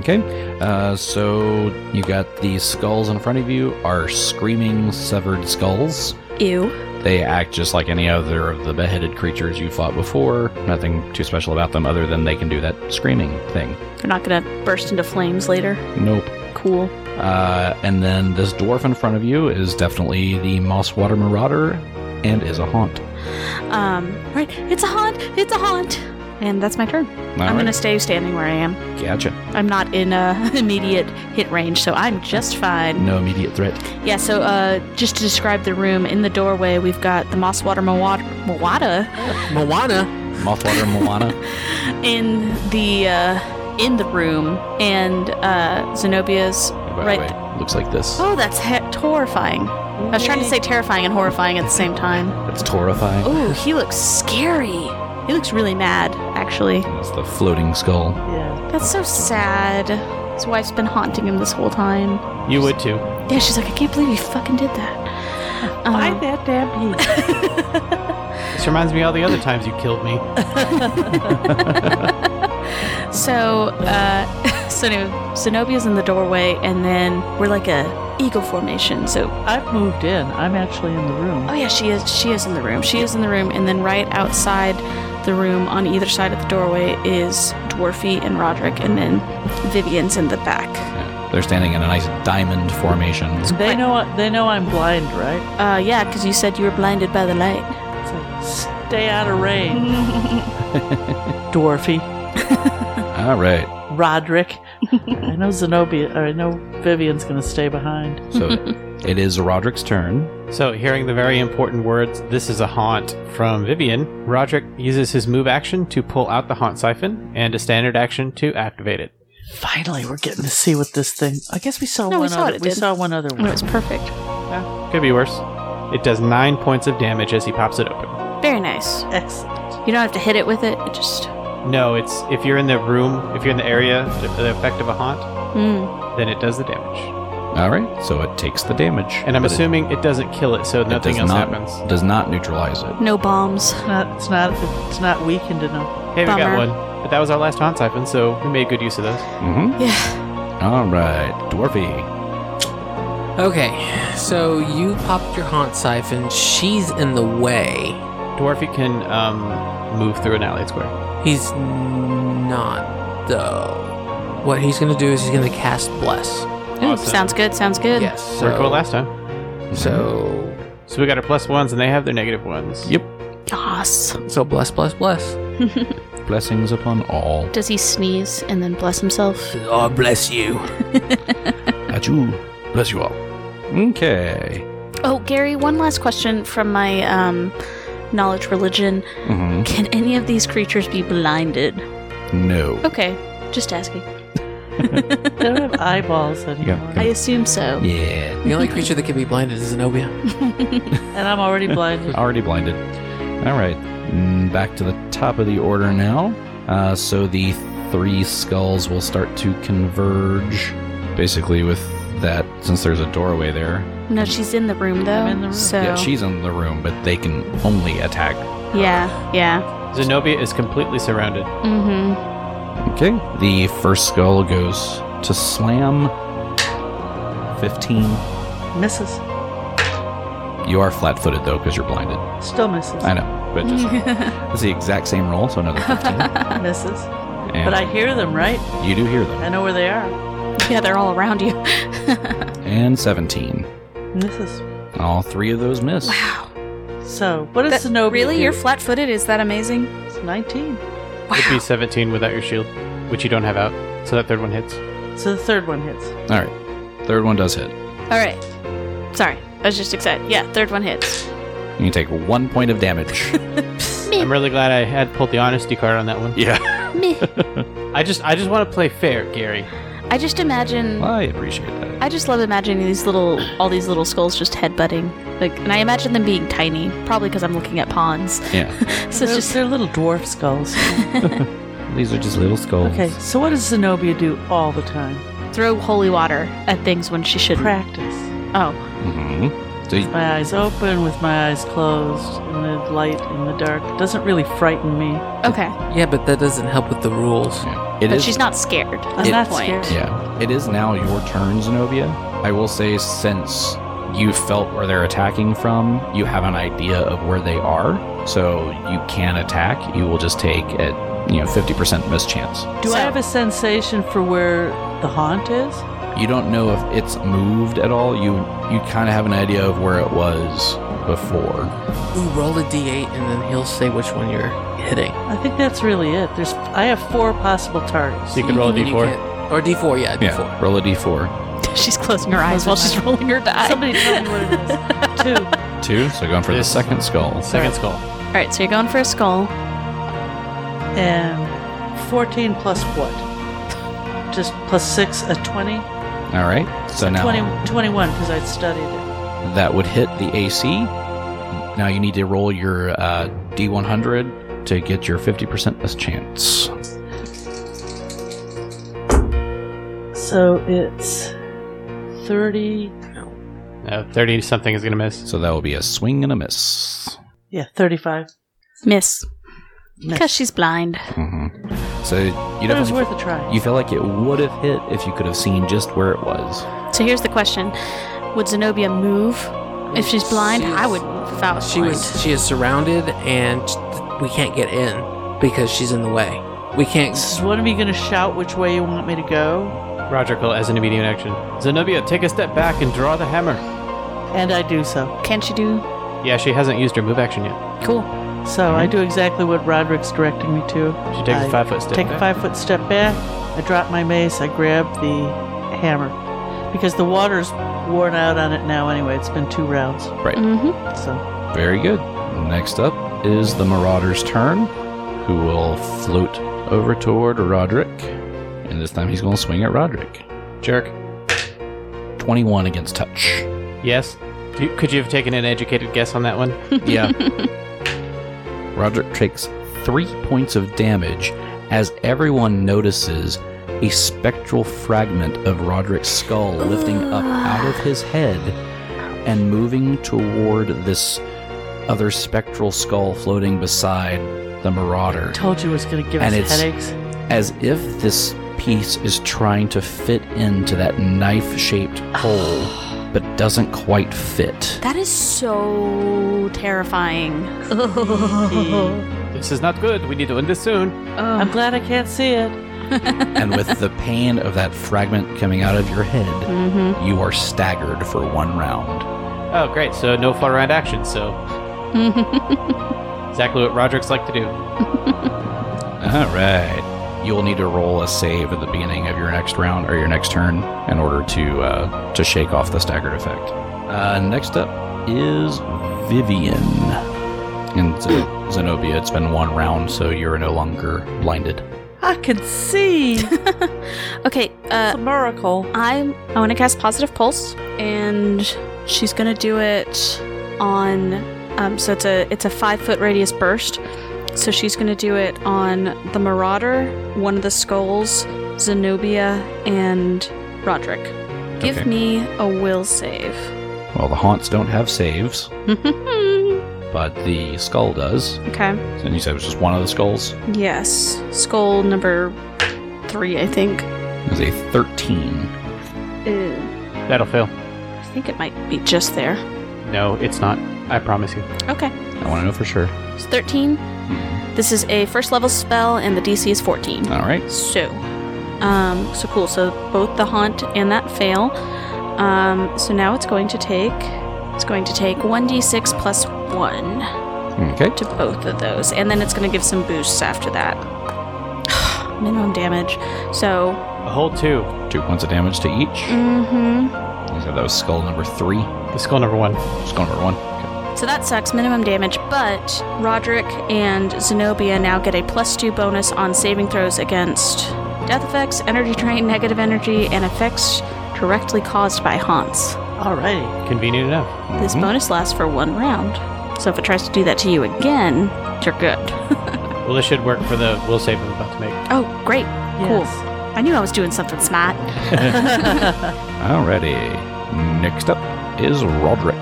S5: okay. Uh, so, you got the skulls in front of you are screaming severed skulls.
S1: Ew.
S5: They act just like any other of the beheaded creatures you fought before. Nothing too special about them other than they can do that screaming thing.
S1: They're not gonna burst into flames later.
S5: Nope.
S1: Cool.
S5: Uh, and then this dwarf in front of you is definitely the Mosswater Marauder and is a haunt.
S1: Um, right. It's a haunt. It's a haunt. And that's my turn. I'm gonna stay standing where I am.
S5: gonna gotcha.
S1: I'm not in uh, immediate hit range, so I'm just fine.
S5: No immediate threat.
S1: Yeah, so uh, just to describe the room, in the doorway we've got the Mosswater Mawad- Mawada
S3: Moana.
S5: Mothwater Moana.
S1: in the uh, in the room, and uh, Zenobia's.
S5: By the
S1: Right.
S5: way, looks like this.
S1: Oh, that's he- horrifying. I was trying to say terrifying and horrifying at the same time.
S5: That's terrifying.
S1: Ooh, he looks scary. He looks really mad, actually.
S5: And That's the floating skull.
S4: Yeah.
S1: That's so sad. His wife's been haunting him this whole time.
S2: You would too.
S1: Yeah, she's like, I can't believe you fucking did that. Um,
S4: Why that damn heat?
S2: This reminds me of all the other times you killed me.
S1: So, uh, so anyway, Zenobia's in the doorway, and then we're like a eagle formation. So,
S4: I've moved in. I'm actually in the room.
S1: oh yeah, she is. She is in the room. She is in the room, and then right outside the room, on either side of the doorway, is Dwarfy and Roderick, and then Vivian's in the back.
S5: Yeah. They're standing in a nice diamond formation.
S4: They know they know I'm blind, right?
S1: Uh, yeah, because you said you were blinded by the light.
S4: So stay out of range. Dwarfy.
S5: All right.
S4: Roderick. I know Zenobia, or I know Vivian's going to stay behind.
S5: So it is Roderick's turn.
S2: So, hearing the very important words, this is a haunt from Vivian, Roderick uses his move action to pull out the haunt siphon and a standard action to activate it.
S4: Finally, we're getting to see what this thing. I guess we saw
S1: No, we
S4: one.
S1: saw
S4: other,
S1: it, it
S4: we
S1: did.
S4: saw one other
S1: And it
S4: one.
S1: was perfect.
S2: Yeah, could be worse. It does nine points of damage as he pops it open.
S1: Very nice.
S4: Excellent.
S1: You don't have to hit it with it. It just.
S2: No, it's if you're in the room, if you're in the area, the effect of a haunt,
S1: Mm.
S2: then it does the damage.
S5: All All right, so it takes the damage,
S2: And I'm
S5: But it-
S2: assuming it doesn't kill it, so
S5: it
S2: nothing
S5: does
S2: else
S5: not-
S2: happens.
S5: Does not neutralize it.
S1: No bombs.
S4: It's not. It's not. It's not weakened enough.
S2: Hey, we got
S1: Bummer.
S2: one. But that was our last haunt siphon, so we made good use of those.
S5: Mm-hmm.
S1: Yeah.
S5: All right, Dwarfy.
S3: Okay, so you popped your haunt siphon. She's in the way.
S2: Dwarfy can um, move through an alley square.
S3: He's not, though. What he's going to do is he's going to cast Bless.
S1: Ooh,
S2: Awesome.
S1: sounds good. Sounds good.
S3: Yes.
S2: So, Worked
S3: So,
S2: well last time.
S3: so,
S2: So we got our plus ones, and they have their negative ones.
S5: Yep.
S1: Yes.
S2: Mm-hmm.
S3: so Bless, Bless, Bless.
S5: Blessings upon all.
S1: Does he sneeze and then bless himself?
S3: Oh, bless you.
S5: At you. Bless you all. Okay.
S1: Oh, Gary, one last question from my um, knowledge religion.
S5: hmm
S1: Can any of these creatures be blinded?
S5: No.
S1: Okay, just asking.
S4: They don't have eyeballs anymore,
S1: I assume so.
S5: Yeah.
S3: The only creature that can be blinded is Zenobia.
S4: and I'm already blinded.
S5: Already blinded. All right. Mm, Back to the top of the order now. Uh, so the three skulls will start to converge. Basically, with that, since there's a doorway there.
S1: No, she's in the room though.
S4: I'm in the room.
S1: So
S5: Yeah, she's in the room, but they can only attack.
S1: yeah, yeah.
S2: Zenobia is completely surrounded.
S1: Mm-hmm.
S5: Okay. The first skull goes to slam. 15.
S4: misses.
S5: You are flat footed, though, because you're blinded.
S4: Still misses.
S5: I know, but just. It's the exact same roll, so another 15.
S4: misses.
S5: And
S4: But I hear them, right?
S5: you do hear them.
S4: I know where they are.
S1: yeah, they're all around you.
S5: And 17.
S4: Misses.
S5: All three of those miss.
S1: wow.
S4: So what is
S1: That-
S4: Zenobia?
S1: really?
S4: do?
S1: You're flat-footed? Is that amazing?
S4: It's 19.
S2: It'd be 17 without your shield, which you don't have out. So that third one hits.
S4: So the third one hits.
S5: All right. Third one does hit.
S1: All right. Sorry, I was just excited. Yeah, third one hits.
S5: You take one point of damage.
S2: I'm really glad I had pulled the honesty card on that one.
S5: yeah.
S1: Meh.
S2: I just I just want to play fair, Gary.
S1: I just imagine.
S5: I appreciate that.
S1: I just love imagining these little, all these little skulls just headbutting. Like, and I imagine them being tiny, probably because I'm looking at pawns.
S5: Yeah.
S1: So it's
S4: they're,
S1: just
S4: they're little dwarf skulls.
S5: These are just little skulls.
S4: okay. So what does Zenobia do all the time?
S1: throw holy water at things when she shouldn't.
S4: Practice.
S1: Oh,
S5: hmm So you,
S4: My eyes open with my eyes closed in the light in the dark. It doesn't really frighten me.
S1: okay.
S3: Yeah, but that doesn't help with the rules.
S5: yeah. It
S1: but
S5: is-
S1: she's not scared.
S4: I'm
S5: It-
S4: not
S1: Point.
S4: scared.
S5: Yeah. It is now your turn, Zenobia. I will say, since you felt where they're attacking from, you have an idea of where they are, so you can attack. You will just take a you know fifty percent mischance.
S4: Do
S1: So-
S4: I have a sensation for where the haunt is?
S5: You don't know if it's moved at all. You you kind of have an idea of where it was before.
S3: Ooh, roll a d8 and then he'll say which one you're hitting.
S4: I think that's really it. There's I have four possible targets.
S2: So you can roll a
S3: And you
S2: d4.
S3: get- Or d4, yeah, d4.
S5: Roll a d4.
S1: she's closing her eyes while she's rolling her die.
S4: Somebody tell me what it is.
S5: Two.
S4: Two.
S5: So going for
S2: This-
S5: the second skull.
S2: Second skull.
S1: All right, so you're going for a skull.
S4: And 14 plus what? Just plus six, a 20?
S5: All right. So
S4: a
S5: now
S4: 20 21, because I'd studied it.
S5: that would hit the AC. Now you need to roll your uh, D100 to get your 50% mischance.
S4: So it's 30.
S2: Uh, 30 something is going to miss.
S5: So that will be a swing and a miss.
S4: Yeah, 35.
S1: Miss,
S4: Miss.
S1: because she's blind.
S5: hmm So you
S4: But it was
S5: definitely
S4: worth a try.
S5: you feel like it would have hit if you could have seen just where it was.
S1: So here's the question: Would Zenobia move if she's blind?
S3: She's-
S1: I would move if I was
S3: She
S1: blind.
S3: was she is surrounded and we can't get in because she's in the way. We can't
S4: Is one of you going to shout which way you want me to go?
S2: Roger Cole as an immediate action. Zenobia, take a step back and draw the hammer.
S4: And I do so.
S1: Can she do?
S2: Yeah, she hasn't used her move action yet.
S1: Cool.
S4: So I
S5: Mm-hmm.
S4: do exactly what Roderick's directing me to.
S2: She takes
S4: I
S2: a five foot step.
S4: Take a
S2: back.
S4: five foot step back. I drop my mace. I grab the hammer. Because the water's worn out on it now anyway. It's been two rounds.
S1: hmm
S4: So
S5: Very good. Next up is the Marauder's turn, who will float over toward Roderick. And this time he's going to swing at Roderick.
S2: Jerk.
S5: 21 against touch.
S2: Yes. Do you- Could you have taken an educated guess on that one?
S5: Yeah. Roderick takes three points of damage as everyone notices a spectral fragment of Roderick's skull lifting up out of his head and moving toward this other spectral skull floating beside the Marauder
S4: Told you it was going to give
S5: And it's-
S4: us headaches.
S5: as if this piece is trying to fit into that knife shaped hole, but doesn't quite fit.
S1: That is so terrifying.
S2: This is not good. We need to end this soon.
S1: Oh.
S4: I'm glad I can't see it.
S5: and with the pain of that fragment coming out of your head,
S1: Mm-hmm.
S5: you are staggered for one round.
S2: Oh, great. So no far round action. So
S1: Mm-hmm.
S2: exactly what Roderick's like to do.
S5: All right. You will need to roll a save at the beginning of your next round or your next turn in order to uh, to shake off the staggered effect. Uh, next up is Vivian. And Ze- Zenobia, it's been one round, so you are no longer blinded.
S4: I can see. It's
S1: okay, uh,
S4: a miracle.
S1: I'm, I want to cast Positive Pulse, and she's going to do it on. Um, so it's a it's a five foot radius burst. So she's going to do it on the Marauder, one of the skulls, Zenobia, and Roderick. Give
S5: Okay.
S1: me a will save.
S5: Well, the haunts don't have saves,
S1: okay.
S5: but the skull does. And you said it was just one of the skulls?
S1: Yes. Skull number three, I think.
S5: It was a 13.
S1: Uh,
S2: That'll fail.
S1: I think it might be just there.
S2: No, it's not. I promise you.
S1: Okay.
S5: I want to know for sure.
S1: It's 13. This is a first level spell, and the DC is 14.
S5: All right.
S1: So, um, so cool. So both the haunt and that fail. Um, so now it's going to take it's going to take one d6 plus one
S5: Okay.
S1: to both of those, and then it's going to give some boosts after that. Minimum damage. So,
S2: A whole two.
S5: Two points of damage to each.
S1: mm-hmm.
S5: You said that was skull number three.
S2: The skull number one.
S5: Skull number one. Okay.
S1: so that sucks. Minimum damage, but Roderick and Zenobia now get a plus two bonus on saving throws against death effects, energy drain, negative energy, and effects directly caused by haunts.
S4: Alrighty.
S2: Convenient enough.
S1: This
S5: Mhm.
S1: bonus lasts for one round. So if it tries to do that to you again, you're good.
S2: Well, this should work for the will save I'm about to make.
S1: Oh, great.
S4: Yes.
S1: Cool. I knew I was doing something smart.
S5: Alrighty. Next up is Roderick.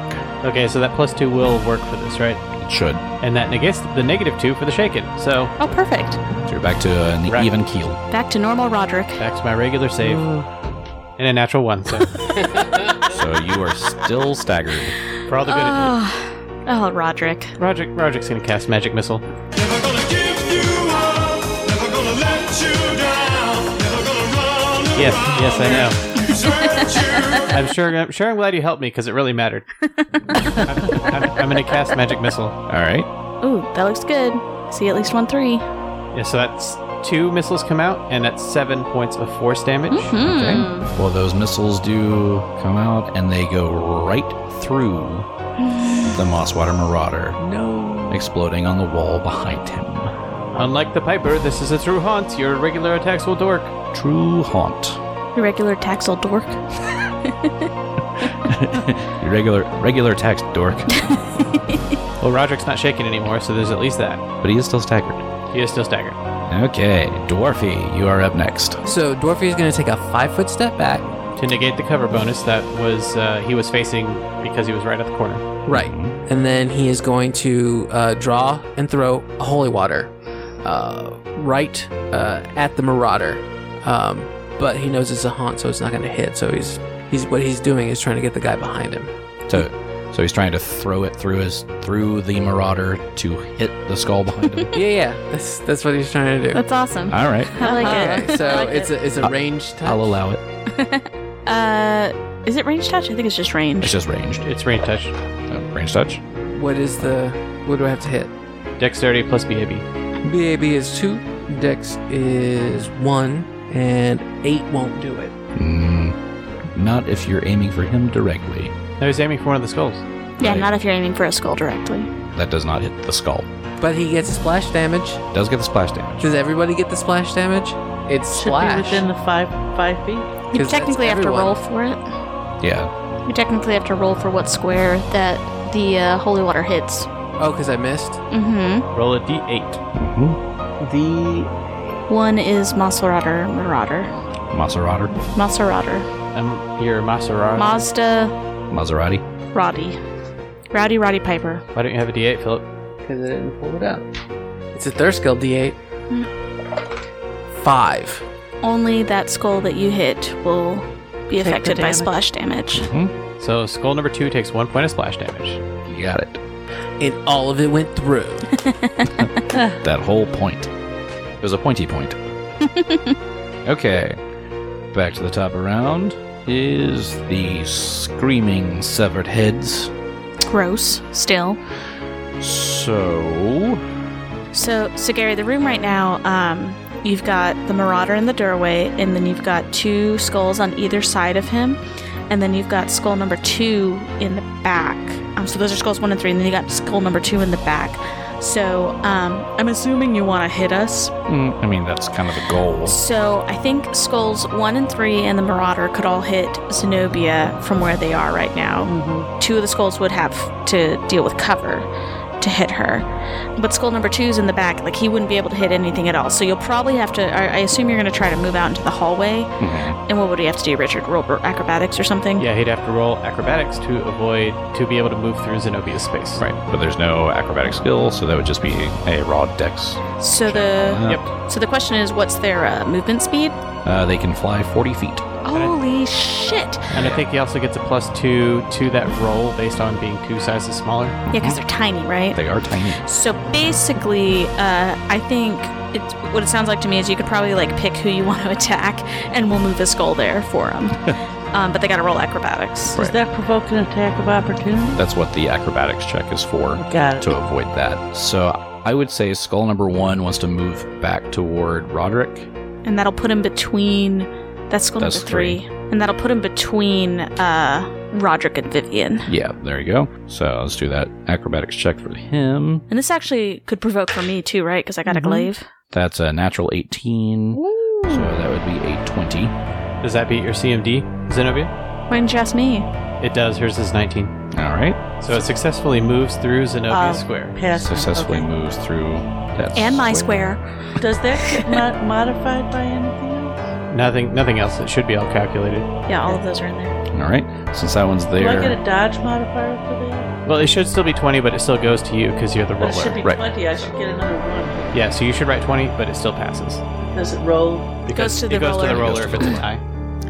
S2: Okay, so that plus two will work for this, right?
S5: It should.
S2: And that negates the negative two for the shaken. So
S1: Oh, perfect.
S5: So you're back to an
S2: Right.
S5: even keel.
S1: Back to normal Roderick.
S2: back to my regular save
S4: Ooh.
S2: and a natural one. So
S5: So you are still staggered.
S2: for all the
S1: Ah.
S2: good. it did.
S1: Oh, oh, Roderick.
S2: Roderick, Roderick's gonna cast magic missile.
S6: Never gonna give you up. Never gonna let you down. Never gonna run
S2: Yes, yes, I know.
S6: know.
S2: I'm sure. I'm sure. I'm glad you helped me because it really mattered. I'm, I'm- I'm gonna cast magic missile.
S5: All right.
S1: Ooh, that looks good. See at least one three.
S2: Yeah, so that's two missiles come out, and that's seven points of force damage.
S5: Okay.
S1: Hmm.
S5: Well, those missiles do come out and they go right through the Mosswater Marauder,
S3: No.
S5: exploding on the wall behind him.
S2: Unlike the Piper, this is a true haunt. Your regular attacks will dork.
S5: True haunt.
S1: Your regular taxel dork.
S5: Your regular regular text dork,
S2: Well, Roderick's not shaking anymore, so there's at least that.
S5: but he is still staggered.
S2: He is still staggered.
S5: Okay, Dwarfy, you are up next.
S3: So Dwarfy is going to take a five foot step back.
S2: To negate the cover bonus that was uh, he was facing because he was right at the corner.
S3: Right. And then he is going to uh, draw and throw holy water uh, right uh, at the marauder. Um, but he knows it's a haunt, so it's not going to hit. So he's he's what he's doing is trying to get the guy behind him.
S5: So, so he's trying to throw it through his through the marauder to hit the skull behind him.
S3: Yeah, yeah. That's that's what he's trying to do.
S1: That's awesome.
S5: All right,
S1: I like it.
S3: Okay, so
S1: I like
S3: it's
S1: it.
S3: a it's a
S5: I'll-
S3: range touch.
S5: I'll allow it.
S1: Uh, is it range touch? I think it's just
S5: It's
S1: range.
S5: just ranged.
S2: It's range touch.
S5: Uh, range touch.
S3: What is the what do I have to hit?
S2: Dexterity plus BAB.
S3: BAB is two, Dex is one, and eight won't do it.
S5: Mm, not if you're aiming for him directly.
S2: No, he's aiming for one of the skulls.
S1: Yeah, not if you're aiming for a skull directly.
S5: That does not hit the skull.
S3: But he gets splash damage.
S5: Does get the splash damage.
S3: Does everybody get the splash damage? It's
S4: Should
S3: splash.
S4: be within the five five feet.
S1: You
S3: 'Cause that's
S1: technically have to
S3: everyone.
S1: roll for it.
S5: Yeah.
S1: You technically have to roll for what square that the uh, holy water hits.
S3: Oh, because I missed.
S1: Mm-hmm.
S2: Roll a d8.
S5: Mm-hmm.
S2: The
S1: One is Maserati Marauder.
S5: Maserati.
S1: Maserator.
S2: Um, your Maserati.
S1: Mazda
S5: Maserati.
S1: Roddy. Rowdy Roddy Piper.
S2: Why don't you have a D8, Philip?
S3: Because I didn't pull it up. It's a third skill D8.
S1: Mm.
S3: Five.
S1: Only that skull that you hit will be
S4: Take the
S1: affected by
S4: damage.
S1: splash damage.
S2: So skull number two takes one point of splash damage.
S5: You got it.
S3: And all of it went through.
S5: That whole point. It was a pointy point. okay. Back to the top of round is the screaming severed heads.
S1: Gross. Still.
S5: So
S1: So, so Gary, the room right now, um, you've got the Marauder in the doorway, and then you've got two skulls on either side of him, and then you've got skull number two in the back. Um, so those are skulls one and three, and then you got skull number two in the back. So um, I'm assuming you want to hit us.
S5: Mm, I mean, that's kind of the goal.
S1: So I think skulls one and three and the Marauder could all hit Zenobia from where they are right now
S5: Mm-hmm.
S4: Mhm.
S1: two of the skulls would have to deal with cover to hit her. But skull number two's in the back, like he wouldn't be able to hit anything at all. So you'll probably have to. I I assume you're going to try to move out into the hallway.
S5: Mhm.
S1: And what would he have to do, Richard? Roll b- acrobatics or something?
S2: Yeah, he'd have to roll acrobatics to avoid to be able to move through Zenobia's space.
S5: Right, but there's no acrobatic skill, so that would just be a raw dex.
S1: So
S5: Uh,
S1: the
S2: Yep.
S1: so the question is, what's their uh, movement speed?
S5: Uh, they can fly 40 feet.
S1: Holy shit!
S2: And I think he also gets a plus two to that roll based on being two sizes smaller.
S1: Yeah, because they're tiny, right?
S5: They are tiny.
S1: So basically, uh, I think it's, what it sounds like to me is you could probably like pick who you want to attack, and we'll move a skull there for them. um, but they got to roll acrobatics.
S4: Does that provoke an attack of opportunity?
S5: That's what the acrobatics check is for,
S4: Got it.
S5: to avoid that. So I would say skull number one wants to move back toward Roderick.
S1: and that'll put him between that's skull
S5: That's
S1: number three. and that'll put him between uh roderick and vivian
S5: Yeah, there you go. So let's do that acrobatics check for him.
S1: and this actually could provoke for me too right because i got
S4: Mhm.
S1: a glaive
S5: That's a natural 18. So that would be a 20.
S2: Does that beat your CMD, Zenobia?
S1: why didn't you ask me
S2: It does. Hers is 19.
S5: All right.
S2: So it successfully moves through Zenobia
S4: Oh.
S2: Square.
S4: Pass on,
S5: Successfully
S4: okay.
S5: moves through that.
S1: and my square
S4: Does that get mo- modified by anything else?
S2: Nothing nothing else. It should be all calculated.
S1: yeah all of those are in there
S5: All right. Since that one's
S4: Do I
S5: there.
S4: get a dodge modifier for that?
S2: Well, it should still be 20, but it still goes to you because you're the
S4: But it should
S2: roller.
S4: be
S5: Right.
S4: 20. I should get another one.
S2: Yeah, so you should write 20, but it still passes.
S4: Does it roll?
S2: Because
S1: to the
S2: it goes to the
S1: roller.
S2: roller if it's a tie.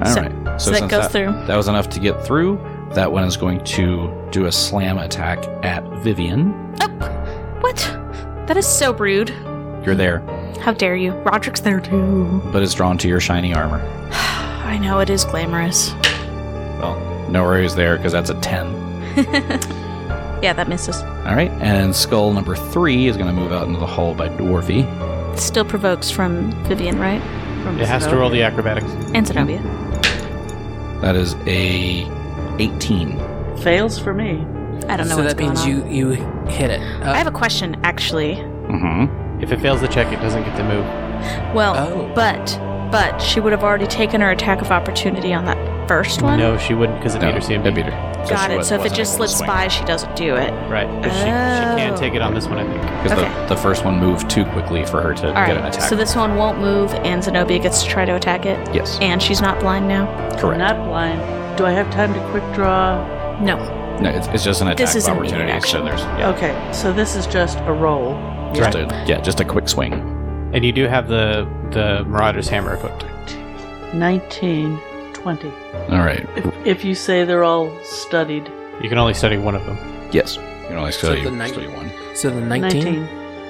S5: All
S1: So-
S5: right.
S1: so, that
S5: since
S1: goes through
S5: That was enough to get through. That one is going to do a slam attack at Vivian.
S1: what that is so rude
S5: You're there,
S1: how dare you roderick's there too
S5: but it's drawn to your shiny armor.
S1: i know it is glamorous
S5: Well, no worries there, because that's a 10.
S1: yeah that misses
S5: All right, and skull number three is going to move out into the hall by Dwarfy.
S1: still provokes from vivian right
S2: It has to roll the acrobatics.
S1: and zenobia
S5: That is a 18.
S4: Fails for me.
S1: i don't know
S3: so
S1: what's
S3: that means
S1: going on.
S3: you you hit it.
S1: i
S3: Uh,
S1: have a question actually
S5: Mm-hmm.
S2: If it fails the check, it doesn't get to move.
S1: well
S3: oh,
S1: But but she would have already taken her attack of opportunity on that first one.
S2: No, she wouldn't because it beat her CMD.
S5: beat her.
S1: Got it. So if it just slips by, she doesn't do it.
S2: Right. But she, she can
S1: Oh.
S2: take it on this one, I think.
S5: Because
S1: Okay.
S5: the, the first one moved too quickly for her to
S1: All
S5: get an
S1: right.
S5: attack.
S1: So this one won't move, and Zenobia gets to try to attack it,
S5: yes,
S1: and she's not blind now.
S5: correct.
S4: Not blind. Do I have time to quick draw?
S1: No.
S5: no, it's, it's just an attack
S1: This is
S5: of
S1: an Oh, immediate
S5: opportunity. So
S1: action.
S5: there's yeah,
S4: Okay, so this is just a roll.
S5: just a, yeah, just a quick swing.
S2: And you do have the, the Marauder's hammer equipped.
S4: 19, 20.
S5: All right.
S4: If, if you say they're all studied.
S2: You can only study one of them.
S5: Yes. You can only
S3: So
S5: study,
S3: the nine-
S5: study one.
S3: Uh, so the 19?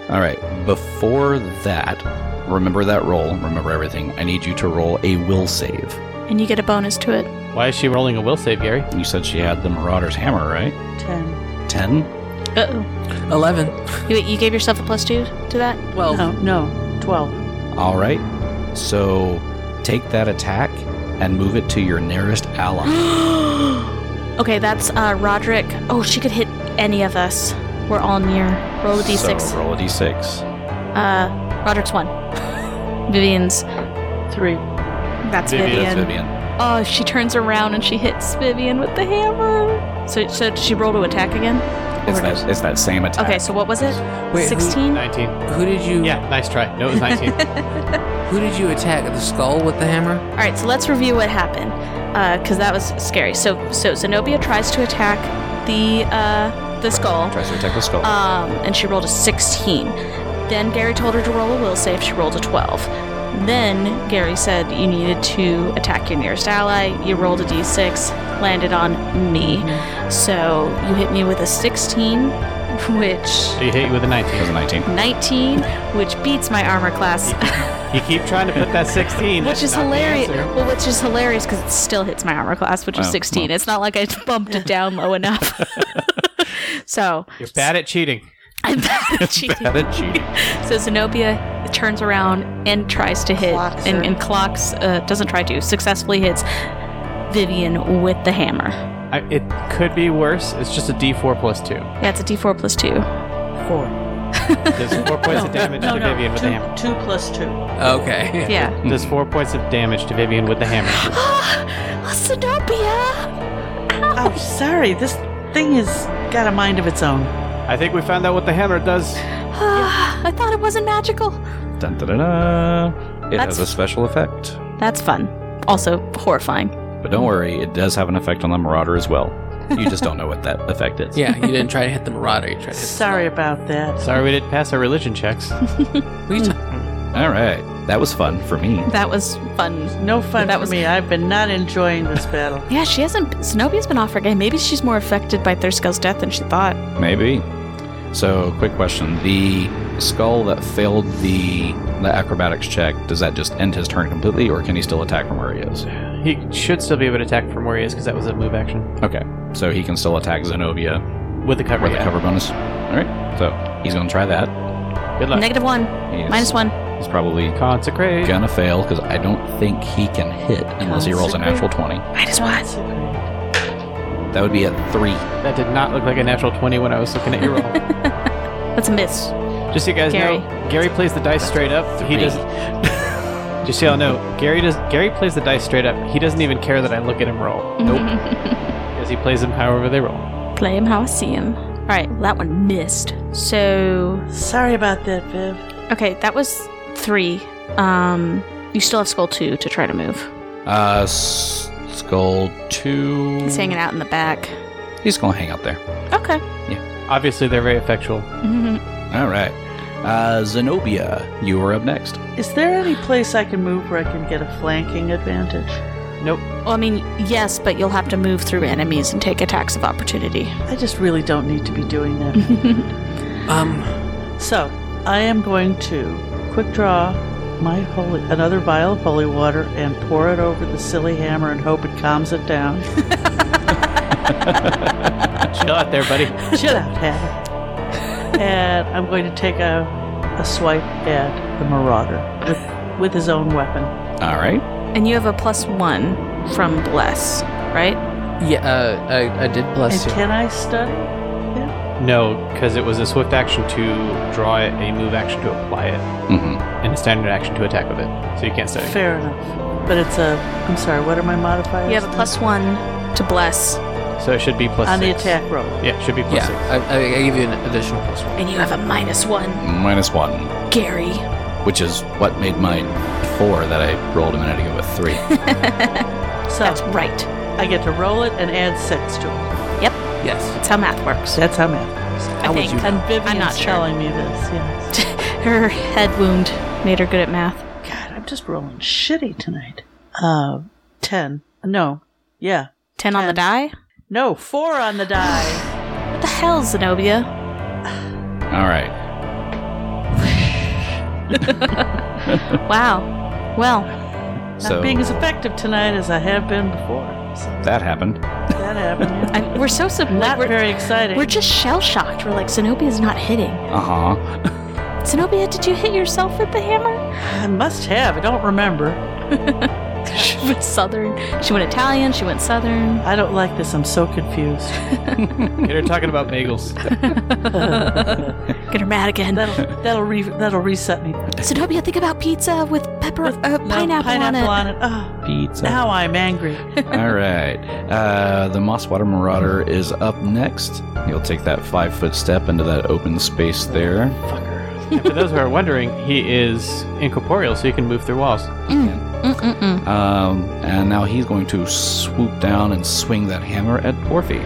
S5: All right. Before that, remember that roll. Remember everything. I need you to roll a will save.
S1: And you get a bonus to it.
S2: Why is she rolling a will save, Gary?
S5: You said she had the Marauder's hammer, right?
S4: 10.
S5: Ten.
S1: Uh oh.
S3: 11.
S1: You, you gave yourself a plus two to that.
S3: 12.
S4: No, no, 12.
S5: All right. So take that attack and move it to your nearest ally.
S1: okay, that's uh, Roderick. Oh, she could hit any of us. We're all near. Roll a d6.
S5: So roll a d6.
S1: Uh, Roderick's one. Vivian's.
S4: 3.
S1: That's
S2: Vivian's.
S5: That's
S1: Vivian.
S5: Vivian.
S1: Oh, she turns around and she hits Vivian with the hammer. So, so does she roll to attack again?
S5: It's
S1: Or does-
S5: that, it's that same attack.
S1: Okay, so what was it?
S3: Wait, who-
S1: 16?
S2: 19.
S3: Who did you?
S2: Yeah, nice try. No, it was 19.
S3: Who did you attack? The skull with the hammer?
S1: All right, so let's review what happened because that was scary. So, so Zenobia tries to attack the uh, the skull,
S5: Tries to attack the skull.
S1: um, and she rolled a 16. Then Gary told her to roll a will save. She rolled a 12. Then Gary said you needed to attack your nearest ally. You rolled a d6, landed on me. So you hit me with a 16, which
S2: he hit you with a
S5: it was
S2: 19.
S5: a 19.
S1: 19, which beats my armor class.
S2: You keep trying to put that 16.
S1: Which
S2: that's
S1: is
S2: not the
S1: hilarious.
S2: answer.
S1: Well, which is hilarious because it still hits my armor class, which is
S5: Oh,
S1: 16.
S5: well.
S1: It's not like I bumped it down low enough. so
S2: You're bad at cheating.
S1: I'm bad at cheating.
S5: Bad at cheating.
S1: So Zenobia turns around and tries to hit
S7: Clocks
S1: and,
S7: her.
S1: and clocks, uh, doesn't try to, successfully hits Vivian with the hammer.
S2: I, it could be worse. It's just a D4 plus 2.
S1: Yeah, it's a d4 plus 2.
S4: Four.
S2: Does 4 points of damage to Vivian with
S4: two,
S2: the hammer.
S4: two plus two.
S3: Okay.
S1: Yeah.
S2: Does 4 points of damage to Vivian with the hammer.
S1: Zenobia!
S4: Oh, sorry. This thing has got a mind of its own.
S2: I think we found out what the hammer does.
S1: I thought it wasn't magical.
S5: Dun, dun, dun, dun. It
S1: That's-
S5: has a special effect.
S1: That's fun. Also horrifying.
S5: But don't worry, it does have an effect on the Marauder as well. You just don't know what that effect is.
S3: Yeah, you didn't try to hit the marauder. You tried to hit the
S4: Sorry
S3: skull.
S4: about that.
S2: Sorry we didn't pass our religion checks.
S3: What are you ta-
S5: All right. That was fun for me.
S1: That was fun.
S4: No fun
S1: That
S4: for
S1: was-
S4: me. I've been not enjoying this battle.
S1: Yeah, she hasn't. Zenobia's been off her game. Maybe she's more affected by Thurskell's death than she thought.
S5: Maybe. So, quick question. The skull that failed the, the acrobatics check, does that just end his turn completely, or can he still attack from where he is?
S2: He should still be able to attack from where he is because that was a move action.
S5: Okay. So he can still attack Zenobia
S2: With the cover.
S5: with
S2: yeah.
S5: a cover bonus. All right. So he's going to try that.
S2: Good luck.
S1: Negative one,
S5: He's,
S1: minus one.
S5: He's probably
S2: Consecrate.
S5: going to fail because I don't think he can hit unless he rolls a natural 20.
S1: Minus one.
S5: That would be a three.
S2: That did not look like a natural 20 when I was looking at your roll.
S1: That's a miss.
S2: Just so you guys
S1: Gary.
S2: know, Gary plays the dice straight up. He
S5: Three.
S2: doesn't. Just so y'all know, Gary does. Gary plays the dice straight up. He doesn't even care that I look at him roll,
S5: Nope.
S2: because he plays them however they roll.
S1: Play him how I see him. All right, well, that one missed. So,
S4: Sorry about that, Viv.
S1: okay, that was three. Um, you still have skull two to try to move.
S5: uh, s- skull two.
S1: He's hanging out in the back.
S5: He's going to hang out there.
S1: Okay.
S2: Obviously, they're very effectual.
S1: Mhm.
S5: All right. Uh, Zenobia, you are up next.
S4: Is there any place I can move where I can get a flanking advantage?
S2: Nope.
S1: well, I mean, yes, but you'll have to move through enemies and take attacks of opportunity.
S4: I just really don't need to be doing that.
S3: um,
S4: so, I am going to quick draw my holy another vial of holy water and pour it over the silly hammer and hope it calms it down.
S2: Chill out there, buddy.
S4: Chill out, Hannah. and I'm going to take a, a swipe at the marauder with, with his own weapon.
S5: All right.
S1: And you have a plus one from Bless, right?
S3: yeah, uh, I, I did bless
S4: and
S3: you.
S4: can I study?
S2: No, because it was a swift action to draw it, a move action to apply it,
S5: Mm-hmm.
S2: and a standard action to attack with it. So you can't study.
S4: Fair enough. But it's a. I'm sorry. What are my modifiers?
S1: You have a plus one to Bless,
S2: So it should be plus
S4: on the
S2: six.
S4: attack roll.
S2: Yeah, it should be plus
S3: Yeah,
S2: six.
S3: I, I, I give you an additional plus one.
S1: and you have a minus one,
S5: Minus one,
S1: Gary.
S5: which is what made mine four that I rolled a minute ago with three.
S4: So
S1: That's right.
S4: I get to roll it and add six to it.
S3: Yes.
S1: That's how math works.
S4: That's how math.
S1: I think.
S3: you
S1: I'm,
S4: Vivian's
S1: I'm not sure.
S4: telling me this. Yes.
S1: Her head wound made her good at math.
S4: God, I'm just rolling shitty tonight. Uh, ten. No. Yeah.
S1: Ten on the die?
S4: No. Four on the die.
S1: What the hell, Zenobia?
S5: All right.
S1: Wow. Well,
S5: So
S4: Not being as effective tonight as I have been before. So
S5: that happened.
S4: that happened.
S1: I, we're so sub-
S4: Yeah. Not
S1: we're,
S4: very exciting.
S1: we're just shell shocked. We're like, Zenobia's not hitting.
S5: Uh huh.
S1: Zenobia, did you hit yourself with the hammer?
S4: I must have. I don't remember.
S1: she went southern. She went Italian. She went southern.
S4: I don't like this. I'm so confused.
S2: Get her talking about bagels.
S1: Get her mad again.
S4: That'll that'll re- that'll reset me.
S1: Zenobia, think about pizza with pepper, uh, pineapple,
S4: No,
S1: on it.
S4: pineapple on it. Oh,
S5: Pizza.
S4: now I'm angry.
S5: All right. Uh, the Mosswater Marauder is up next. He'll take that five foot step into that open space there.
S2: And for those who are wondering, he is incorporeal, so he can move through walls.
S1: Mm-mm-mm.
S5: Um, and now he's going to swoop down and swing that hammer at Porphy.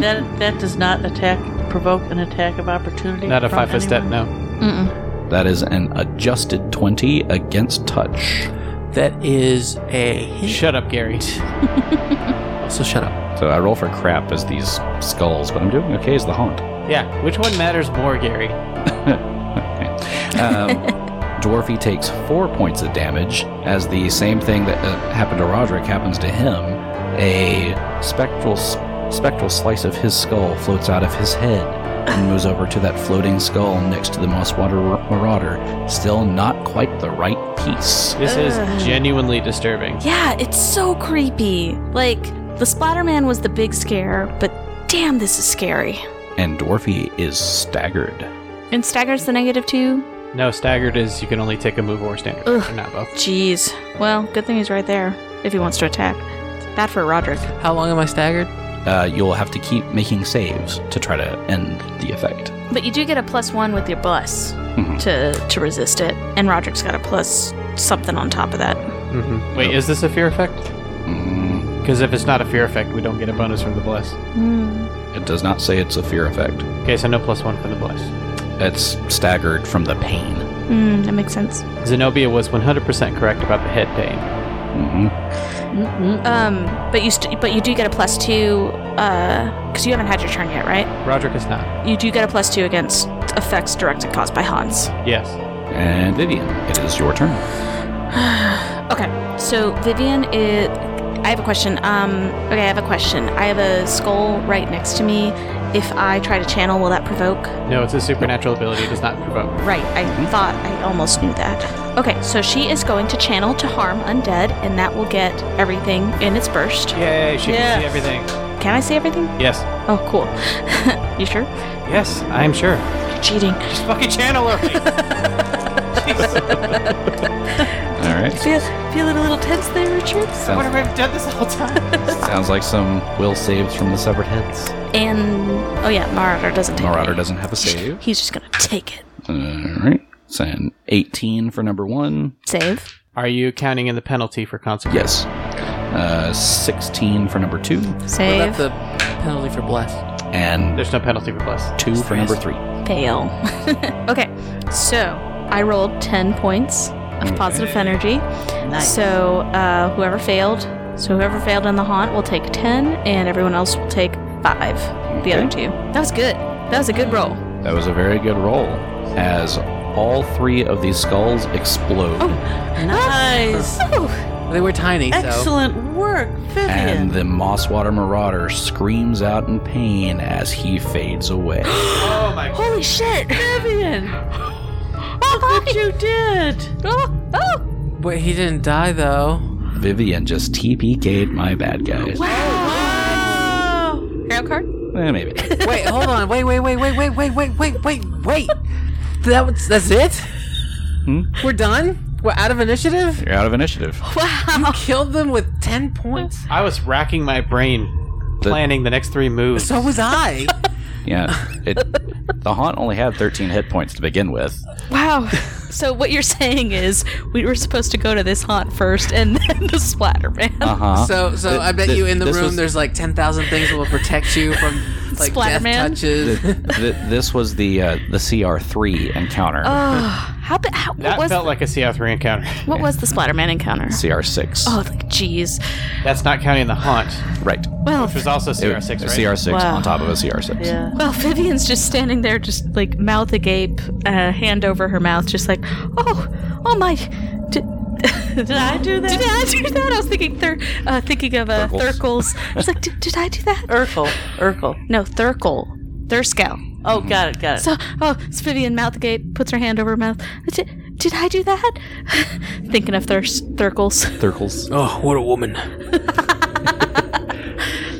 S4: that that does not attack provoke an attack of opportunity.
S2: Not a
S4: from
S2: five foot step,
S4: anyone?
S2: no.
S1: Mm-mm.
S5: That is an adjusted 20 against touch.
S3: That is a hit.
S2: Shut up, Gary.
S3: So shut up.
S5: So I roll for crap as these skulls, but I'm doing okay as the haunt.
S2: Yeah, which one matters more, Gary?
S5: Um, Dwarfy takes four points of damage as the same thing that uh, happened to Roderick happens to him. A spectral s- spectral slice of his skull floats out of his head and moves over to that floating skull next to the Mosswater Mar- Marauder. Still not quite the right piece.
S2: This
S1: Ugh.
S2: is genuinely disturbing.
S1: Yeah, it's so creepy. Like the Splatterman was the big scare, but damn, this is scary.
S5: And Dwarfy is staggered.
S1: And staggers the negative two.
S2: No, staggered is you can only take a move or stand.
S1: Ugh.
S2: Or Not both.
S1: Jeez. Well, good thing he's right there if he wants to attack. Bad for Roderick.
S3: How long am I staggered?
S5: Uh, you'll have to keep making saves to try to end the effect.
S1: But you do get a plus one with your bus
S5: Mhm.
S1: to to resist it, and Roderick's got a plus something on top of that.
S2: hmm Wait, is this a fear effect?
S5: Mm,
S2: Because if it's not a fear effect, we don't get a bonus from the bless.
S1: Hmm.
S5: it does not say it's a fear effect.
S2: Okay, so no plus one from the bless.
S5: It's staggered from the pain.
S1: Mm, that makes sense.
S2: Zenobia was 100% correct about the head pain.
S5: hmm
S1: Um, but you st- but you do get a plus two because you haven't had your turn yet, right?
S2: Roderick is not.
S1: You do get a plus two against effects directed caused by Hans.
S2: Yes.
S5: And Vivian, it is your turn.
S1: Okay, so Vivian, it, I have a question. Um, okay, I have a question. I have a skull right next to me. If I try to channel, will that provoke?
S2: No, it's a supernatural ability. It does not provoke.
S1: Right, I thought I almost knew that. Okay, so she is going to channel to harm undead, and that will get everything in its burst.
S2: Yay, she can see
S4: Yes.
S2: everything.
S1: Can I see everything?
S2: Yes.
S1: Oh, cool. you sure?
S2: Yes, I'm sure.
S1: You're cheating.
S2: Just fucking channel her.
S5: All right.
S1: Feel, feeling a little tense there, Richard?
S2: what
S5: Sounds,
S2: have I done this whole time?
S5: sounds like some will saves from the severed heads.
S1: And oh yeah, Marauder doesn't take
S5: Marauder
S1: it.
S5: doesn't have a save.
S1: He's just gonna take it.
S5: All right. It's an 18 for number one.
S1: Save.
S2: Are you counting in the penalty for consequence?
S5: Yes. Uh, 16 for number two.
S3: Well,
S1: Save.
S3: that's the penalty for bless.
S5: And
S2: There's no penalty for bless.
S5: two for number three.
S1: Fail. okay, so I rolled ten points of positive energy.
S4: Nice.
S1: So uh, whoever failed, so whoever failed in the haunt will take ten, and everyone else will take five. The other two. That was good. That was a good roll.
S5: That was a very good roll. As all three of these skulls explode,
S4: nice.
S1: Oh,
S3: They were tiny, so
S4: Excellent work,
S5: and
S4: Vivian.
S5: the Mosswater Marauder screams out in pain as he fades away.
S2: Oh my
S1: holy shit!
S4: Vivian, look what you did.
S1: Oh, oh,
S3: wait, he didn't die though.
S5: Vivian just TPK'd my bad guys.
S4: Wow.
S1: Hero card.
S5: Eh, maybe.
S3: Wait, hold on. Wait, wait, wait, wait, wait, wait, wait, wait, wait, wait. That was that's it.
S5: Hmm?
S3: We're done. We're out of initiative.
S5: You're out of initiative.
S3: You killed them with ten points.
S2: I was racking my brain, planning the next three moves.
S3: So was I.
S5: Yeah. It, the haunt only had 13 hit points to begin with.
S1: Wow. So what you're saying is we were supposed to go to this haunt first and then the splatter man.
S5: Uh huh.
S3: So, so I bet
S5: th-
S3: you in the
S5: this
S3: room
S5: was-
S3: there's like ten thousand things that will protect you from like death
S1: Splatterman?
S3: touches.
S5: this was the uh, the CR3 encounter.
S1: Oh. How, ba- how
S2: that
S1: what was
S2: felt like a CR3 encounter.
S1: what was the splatter man encounter?
S5: CR6.
S1: Oh, like jeez.
S2: That's not counting the haunt,
S5: Right.
S1: Well,
S2: which was also CR6, right?
S5: A CR6
S1: Wow.
S5: on top of a CR6.
S4: Yeah.
S1: well, Vivian's just standing there, just like mouth agape, uh, hand over her mouth, just like, oh, oh my. Did, did I do that? Did I do that? I was thinking, thir- uh, thinking of uh, Thurkles.
S5: Thurkles.
S1: Er I was like, did, did I do that?
S4: Urkel. Urkel.
S1: No, Thurkle. Thurscow.
S4: Oh, got it. Got it.
S1: So, oh, it's Vivian mouth agape, puts her hand over her mouth. Did, Did I do that? Thinking of thirst Thurkles.
S5: Thurkles.
S3: Oh, what a woman.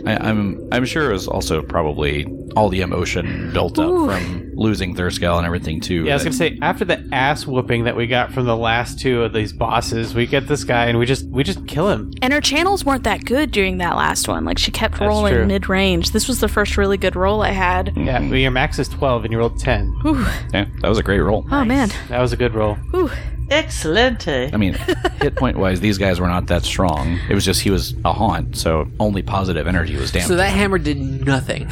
S5: I, I'm I'm sure it was also probably all the emotion built up
S1: Ooh.
S5: from losing Thurskell and everything too.
S2: Yeah, I was
S5: that-
S2: gonna say after the ass whooping that we got from the last two of these bosses, we get this guy and we just we just kill him.
S1: And her channels weren't that good during that last one. Like she kept
S2: true.
S1: rolling mid range. This was the first really good roll I had.
S2: Yeah,
S5: Mm-hmm.
S2: well, your max is twelve and you rolled ten.
S1: Ooh.
S5: yeah, that was a great roll.
S1: Oh man.
S2: That was a good roll.
S1: Ooh.
S4: Excelente.
S5: I mean, hit point wise, these guys were not that strong. It was just he was a haunt, so only positive energy was damaged.
S3: So that hammer did nothing.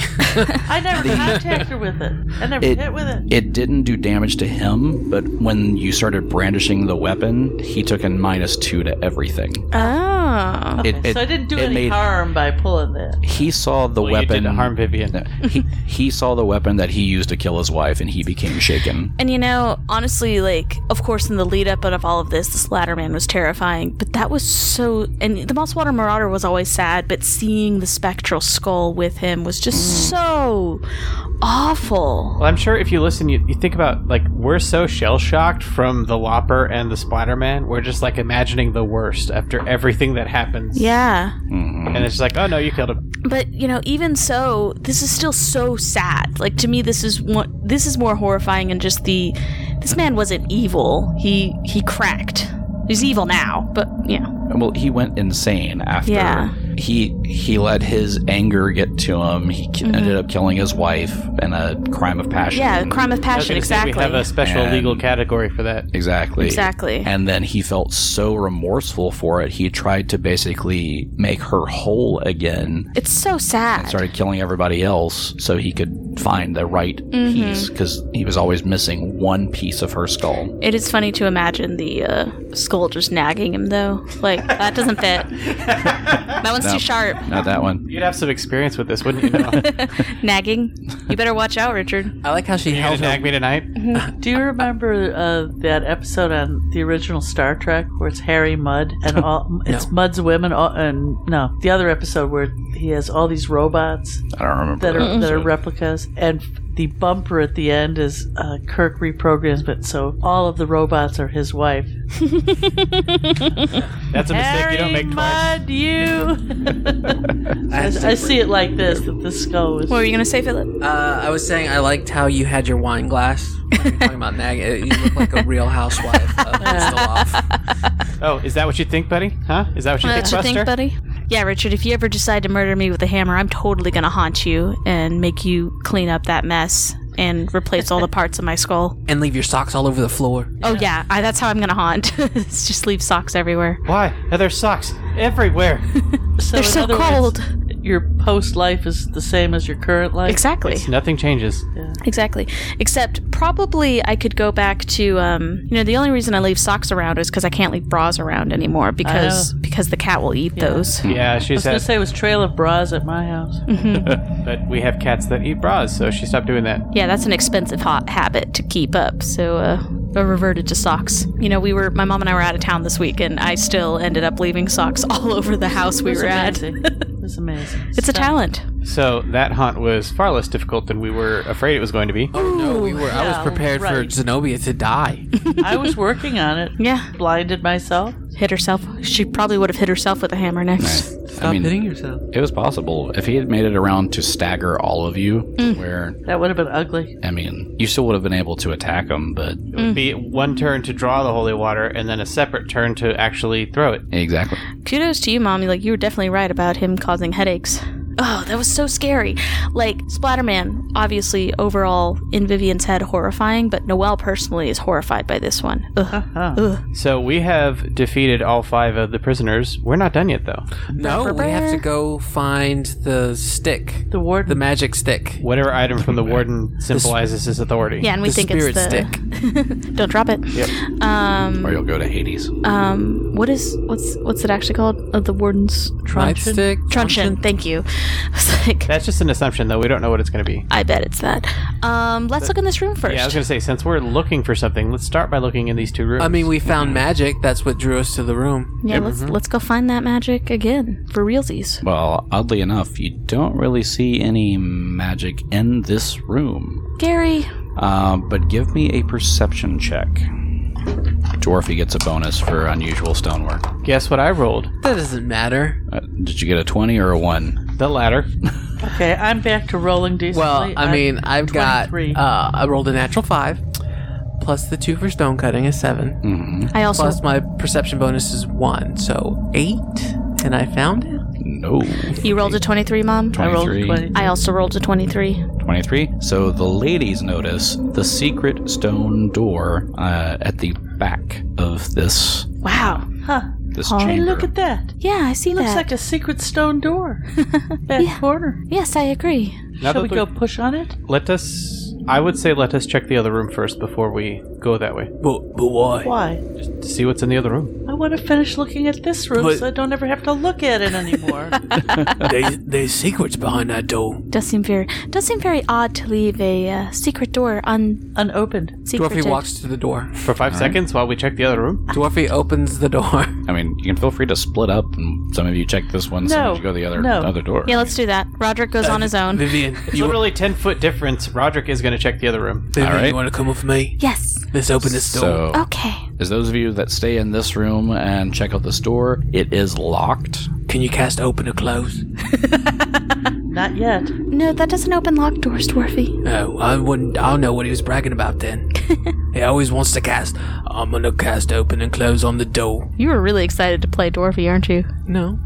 S4: I never contacted her with it. I never
S5: It-
S4: hit with it.
S5: it didn't do damage to him, but when you started brandishing the weapon, he took a minus two to everything.
S1: Oh.
S5: It, it-
S4: so I didn't do
S5: it
S4: any
S5: made-
S4: harm by pulling that.
S5: He saw the
S2: You
S5: weapon.
S2: did harm Vivian.
S5: No, he, he saw the weapon that he used to kill his wife, and he became shaken.
S1: And you know, honestly, like, of course, in the lead up of all of this, this latter man was terrifying, but that was so. And the Mosswater Marauder was always sad, but seeing the spectral skull with him was just
S2: Mm.
S1: so awful.
S2: Well, I'm sure if you listen, you, you think about like we're so shell shocked from the Lopper and the Splatterman. We're just like imagining the worst after everything that happens.
S1: Yeah.
S5: Mhm.
S2: and it's like, oh no, you killed him.
S1: But, you know, even so, this is still so sad. Like, to me, this is what. This is more horrifying than just the. This man wasn't evil. He he cracked. He's evil now, but, you know.
S5: Well, he went insane after.
S1: Yeah.
S5: He he let his anger get to him. He ki- ended up killing his wife in a crime of passion.
S1: Mm-hmm. Yeah, crime of
S2: I was
S1: passion,
S2: gonna say
S1: exactly.
S2: We have a special
S5: And-
S2: legal category for that.
S5: Exactly.
S1: Exactly.
S5: And then he felt so remorseful for it, he tried to basically make her whole again.
S1: It's so sad.
S5: Started killing everybody else so he could find the right
S4: Mm-hmm.
S5: piece because he was always missing one piece of her skull.
S1: It is funny to imagine the uh, skull just nagging him, though. Like that doesn't fit. that one's
S5: No.
S1: too sharp.
S5: Not that one.
S2: You'd have some experience with this, wouldn't you? Noah? you
S1: Nagging. You better watch out, Richard.
S3: I like how she
S2: gonna
S3: held
S2: nag
S3: her.
S2: me tonight?
S4: Do you remember uh, that episode on the original Star Trek where it's Harry Mudd and all it's Mudd's women all, and no the other episode where he has all these robots
S5: I don't remember.
S4: that
S5: that
S4: are that are
S5: episode.
S4: replicas and f- the bumper at the end is uh, Kirk reprograms it so all of the robots are his wife.
S2: That's a mistake you don't make twice.
S4: Mudd, you. I, I see it like this that the skull is.
S1: What were you gonna say, Philip?
S3: Uh, I was saying I liked how you had your wine glass. You're talking about nagging. You look like a real housewife. Uh, pistol off.
S2: Oh, is that what you think, buddy? Huh? Is that what you
S4: Uh,
S2: think,
S1: What you
S2: Buster?
S1: think, buddy? Yeah, Richard. If you ever decide to murder me with a hammer, I'm totally gonna haunt you and make you clean up that mess and replace all the parts of my skull.
S3: and leave your socks all over the floor.
S1: Oh yeah, I, that's how I'm gonna haunt. It's just leave socks everywhere.
S2: Why are there socks everywhere?
S4: So
S1: They're
S4: in
S1: so
S4: other
S1: cold.
S4: Words, your post life is the same as your current life.
S1: exactly.
S2: Nothing changes.
S1: Exactly. Except probably I could go back to um you know the only reason I leave socks around is cuz I can't leave bras around anymore
S4: Oh.
S1: because because the cat will eat those.
S2: Yeah, she
S4: I was gonna
S2: said,
S4: say it was Trail of Bras at my house.
S2: but we have cats that eat bras, so she stopped doing that.
S1: Yeah, that's an expensive hot habit to keep up. So uh I reverted to socks. You know, we were my mom and I were out of town this week and I still ended up leaving socks all over the house we
S4: It was
S1: were at.
S4: amazing. It was amazing.
S1: It's a talent.
S2: So that hunt was far less difficult than we were afraid it was going to be.
S3: No, we were. I was prepared for
S4: right.
S3: Zenobia to die.
S4: I was working on it.
S1: Yeah,
S4: Blinded myself.
S1: hit herself. She probably would have hit herself with a hammer next.
S3: Stop
S5: mean-
S3: hitting yourself.
S5: It was possible. If he had made it around to stagger all of you,
S4: Mm.
S5: where,
S4: That would have been ugly.
S5: I mean, you still would have been able to attack him, but.
S2: It would be one turn to draw the holy water and then a separate turn to actually throw it.
S5: Exactly.
S1: kudos to you, mommy. Like you were definitely right about him causing headaches. Oh, that was so scary. Like Splatterman, obviously overall in Vivian's head horrifying, but Noelle personally is horrified by this one. Ugh.
S2: So we have defeated all five of the prisoners. We're not done yet, though.
S3: No, we have to go find the stick,
S4: The warden.
S3: the magic stick.
S2: Whatever item from the warden symbolizes his authority.
S1: Yeah, and we
S3: the
S1: think
S3: spirit
S1: it's the
S3: stick.
S1: don't drop it.
S4: Mm.
S5: Or you'll go to Hades.
S4: Uh.
S1: Um, what is what's what's it actually called? Uh, the warden's
S3: Light
S4: Truncheon?
S3: stick.
S1: truncheon. Thank you. I was like,
S2: That's just an assumption, though. We don't know what it's going to be.
S1: I bet it's that. Um, let's look in this room first.
S2: Yeah, I was going to say, since we're looking for something, let's start by looking in these two rooms.
S3: I mean, we found magic. That's what drew us to the room.
S1: Yeah, let's let's go find that magic again for realsies.
S5: Well, oddly enough, you don't really see any magic in this room.
S1: Gary,
S5: Uh, but give me a perception check. dwarf, he gets a bonus for unusual stonework.
S2: Guess what I rolled?
S3: That doesn't matter.
S5: Uh, did you get a 20 or a 1?
S2: The latter.
S4: Okay, I'm back to rolling decently.
S3: Well, I
S4: I'm
S3: mean, I've got
S4: 23.
S3: uh, I rolled a natural five, plus the two for stone cutting is seven,
S5: Mm-hmm.
S1: I also
S3: plus my perception bonus is one, so eight, and I found it.
S5: No.
S1: you rolled a 23, mom.
S4: I rolled
S5: 23.
S4: 20.
S1: I also rolled a 23.
S5: 23. So the ladies notice the secret stone door uh, at the back of this
S1: Wow.
S4: Huh.
S5: this
S1: Oh,
S5: chamber.
S4: Hey, look at that.
S1: Yeah, I see
S4: Looks
S1: that.
S4: like a secret stone door. Back corner.
S1: yes, I agree.
S2: Now
S4: Shall
S2: that
S4: we
S2: we-
S4: go push on it?
S2: Let us. I would say let us check the other room first before we go that way.
S3: But, but why?
S4: Why?
S2: Just to see what's in the other room.
S4: I want to finish looking at this room
S3: But-
S4: so I don't ever have to look at it anymore.
S3: There's, there's secrets behind that door.
S1: Does seem very does seem very odd to leave a uh, secret door
S4: Unopened.
S1: unsecreted.
S3: Dwarfy walks to the door.
S2: For five seconds while we check the other room.
S3: Dwarfy opens the door.
S5: I mean, you can feel free to split up, and some of you check this one, some
S4: No,
S5: of you go the other
S4: no.
S5: other door.
S1: Yeah, let's do that. Roderick goes
S3: Uh,
S1: on his own.
S3: Vivian,
S2: It's literally ten foot difference. Roderick is going to check the other room.
S3: Vivian,
S5: Alright.
S3: you want to come with me?
S1: Yes.
S3: Let's open this door. Oh.
S5: So,
S1: Okay.
S5: as those of you that stay in this room and check out this door, it is locked.
S3: Can you cast open or close?
S4: Not yet.
S1: No, that doesn't open locked doors, Dwarfy.
S3: No, I wouldn't. I don't know what he was bragging about then. he always wants to cast. I'm gonna cast open and close on the door.
S1: You were really excited to play Dwarfy, aren't you?
S3: No.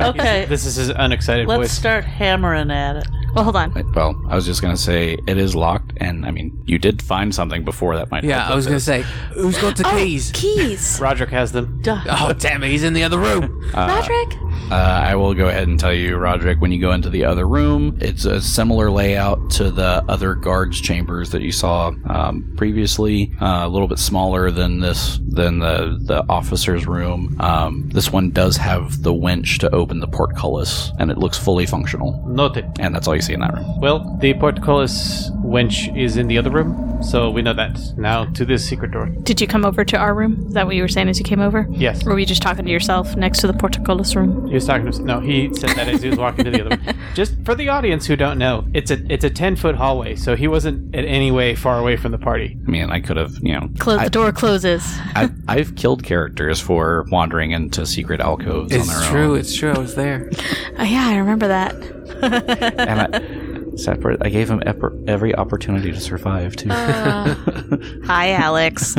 S4: Okay,
S2: This is his unexcited
S4: let's
S2: voice.
S4: start hammering at it.
S1: Well, hold on.
S5: Well, I was just gonna say it is locked, and I mean, you did find something before that might.
S3: Yeah,
S5: help
S3: I was
S5: with
S3: gonna say,
S5: this.
S3: who's got
S1: Oh.
S3: the Uh, keys?
S1: Keys.
S2: Roderick has them.
S3: Oh damn it! He's in the other room.
S1: Roderick.
S5: Uh, I will go ahead and tell you, Roderick, when you go into the other room, it's a similar layout to the other guards' chambers that you saw um, previously. Uh, a little bit smaller than this, than the the officer's room. Um, this one does have the winch to open the portcullis, and it looks fully functional.
S2: Noted.
S5: And that's all you see in that room.
S2: Well, the portcullis winch is in the other room, so we know that. Now to this secret door.
S1: Did you come over to our room? Is that what you were saying as you came over?
S2: Yes.
S1: Or were you just talking to yourself next to the portcullis room?
S2: He was talking to no. He said that as he was walking to the other. room. Just for the audience who don't know, it's a it's a ten foot hallway, so he wasn't in any way far away from the party.
S5: I mean, I could have, you know,
S1: Close
S5: I-
S1: the door closes.
S5: I've, I've killed characters for wandering into secret alcoves on their
S3: It's
S5: own.
S3: true. It's true. I was there.
S1: Oh, yeah, I remember that.
S5: and I, separate, I gave him ep- every opportunity to survive too.
S1: Hi, Alex.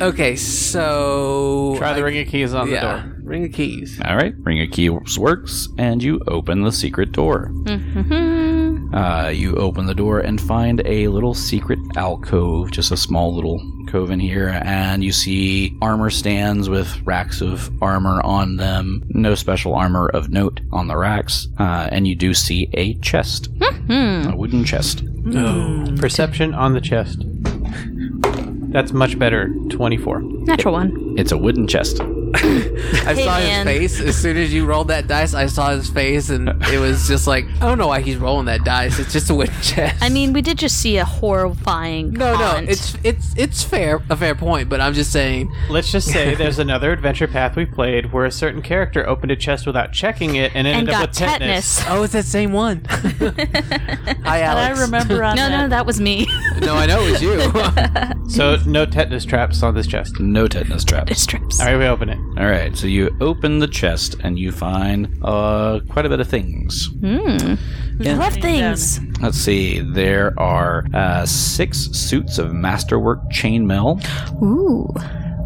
S3: Okay, so
S2: Try the ring of keys on the
S3: yeah,
S2: door.
S3: ring of keys.
S5: All right, ring of keys works, and you open the secret door. Uh, you open the door and find a little secret alcove, just a small little cove in here, and you see armor stands with racks of armor on them. No special armor of note on the racks, uh, and you do see a chest, a wooden chest.
S2: Perception on the chest. That's much better. Twenty four.
S1: Natural one.
S5: It's a wooden chest.
S3: I saw
S1: man.
S3: his face as soon as you rolled that dice. I saw his face, and it was just like I don't know why he's rolling that dice. It's just a wooden chest.
S1: I mean, we did just see a horrifying.
S3: no, no,
S1: haunt.
S3: it's it's it's fair a fair point, but I'm just saying
S2: Let's just say there's another adventure path we played where a certain character opened a chest without checking it and
S1: and
S2: ended up
S1: got
S2: with tetanus.
S1: tetanus.
S3: Oh, it's that same one. Hi,
S4: I
S3: Alex.
S4: remember on
S1: No,
S4: that.
S1: no, that was me.
S3: No, I know it was you.
S2: So no tetanus traps on this chest.
S5: No tetanus traps.
S1: Strips.
S2: All right, we open it.
S5: All right, so you open the chest and you find uh, quite a bit of things.
S1: I love things.
S5: Let's see. There are uh, six suits of masterwork chainmail,
S1: Ooh.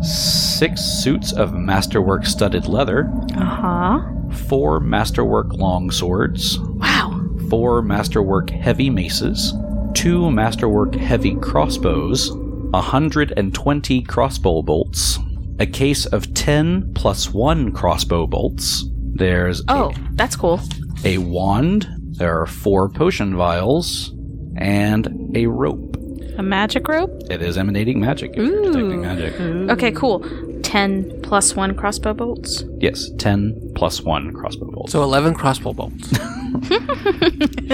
S5: six suits of masterwork studded leather,
S1: Uh huh.
S5: four masterwork long swords,
S1: Wow.
S5: four masterwork heavy maces, two masterwork heavy crossbows, 120 crossbow bolts, a case of 10 plus 1 crossbow bolts. There's a-
S1: Oh, that's cool.
S5: a wand, there are four potion vials, and a rope.
S1: A magic rope?
S5: It is emanating magic. If you're detecting
S1: Ooh.
S5: magic.
S1: Okay, cool. 10 plus 1 crossbow bolts.
S5: Yes, ten plus one crossbow bolts.
S3: so eleven crossbow bolts.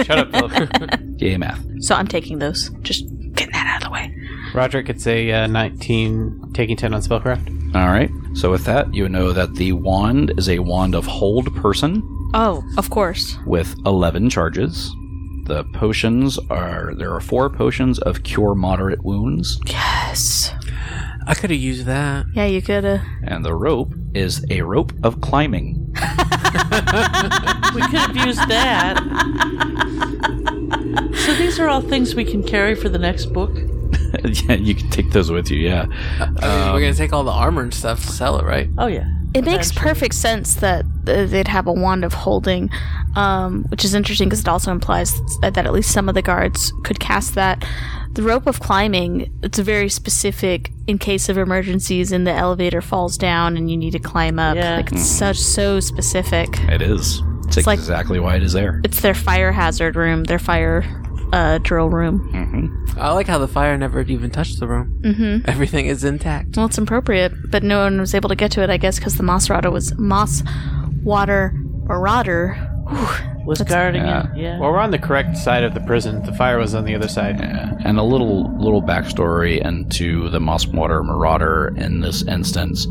S2: Shut up, Philip.
S5: Yay, math.
S1: So I'm taking those. Just getting that out of the way.
S2: Roderick, it's a uh, 19, taking 10 on spellcraft.
S5: All right. So with that, you know that the wand is a wand of hold person
S1: Oh, of course.
S5: with eleven charges. The potions are there are four potions of cure moderate wounds,
S1: Yes.
S3: I could have used that.
S1: Yeah, you could. Uh,
S5: And the rope is a rope of climbing.
S4: We could have used that. So these are all things we can carry for the next book.
S5: yeah, you can take those with you. Yeah.
S3: We're
S2: Um,
S3: gonna take all the armor and stuff to sell it, right?
S4: Oh yeah.
S1: it makes perfect sense that uh, they'd have a wand of holding, um, which is interesting because it also implies that that at least some of the guards could cast that. The rope of climbing, it's very specific in case of emergencies and the elevator falls down and you need to climb up.
S4: Yeah.
S1: Like it's such so specific.
S5: It is. It's,
S1: It's like-
S5: exactly why it is there.
S1: It's their fire hazard room, their fire uh, drill room.
S3: I like how the fire never even touched the room. Mm-hmm. Everything is intact.
S1: Well, it's appropriate, but no one was able to get to it, I guess, because the Moss Marauder was Moss Water Marauder. Whew.
S4: Was guarding it. Yeah.
S2: Well, we're on the correct side of the prison. The fire was on the other side.
S5: Yeah. And a little little backstory into the Mosswater Marauder in this instance.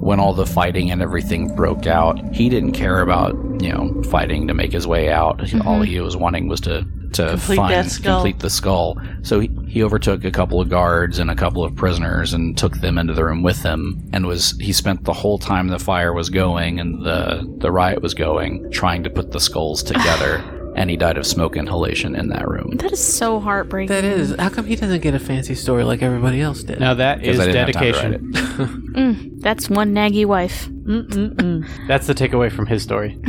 S5: When all the fighting and everything broke out, he didn't care about, you know, fighting to make his way out. All he was wanting was to to
S4: Mm-hmm. Complete
S5: find
S4: that skull.
S5: complete the skull. So he, he overtook a couple of guards and a couple of prisoners and took them into the room with him and was he spent the whole time the fire was going and the the riot was going trying to put the skulls together and he died of smoke inhalation in that room.
S1: That is so heartbreaking.
S3: That is. How come he doesn't get a fancy story like everybody else did?
S2: Now that is
S5: Because I didn't have time to write
S2: dedication.
S5: it.
S1: That's one naggy wife.
S2: That's the takeaway from his story.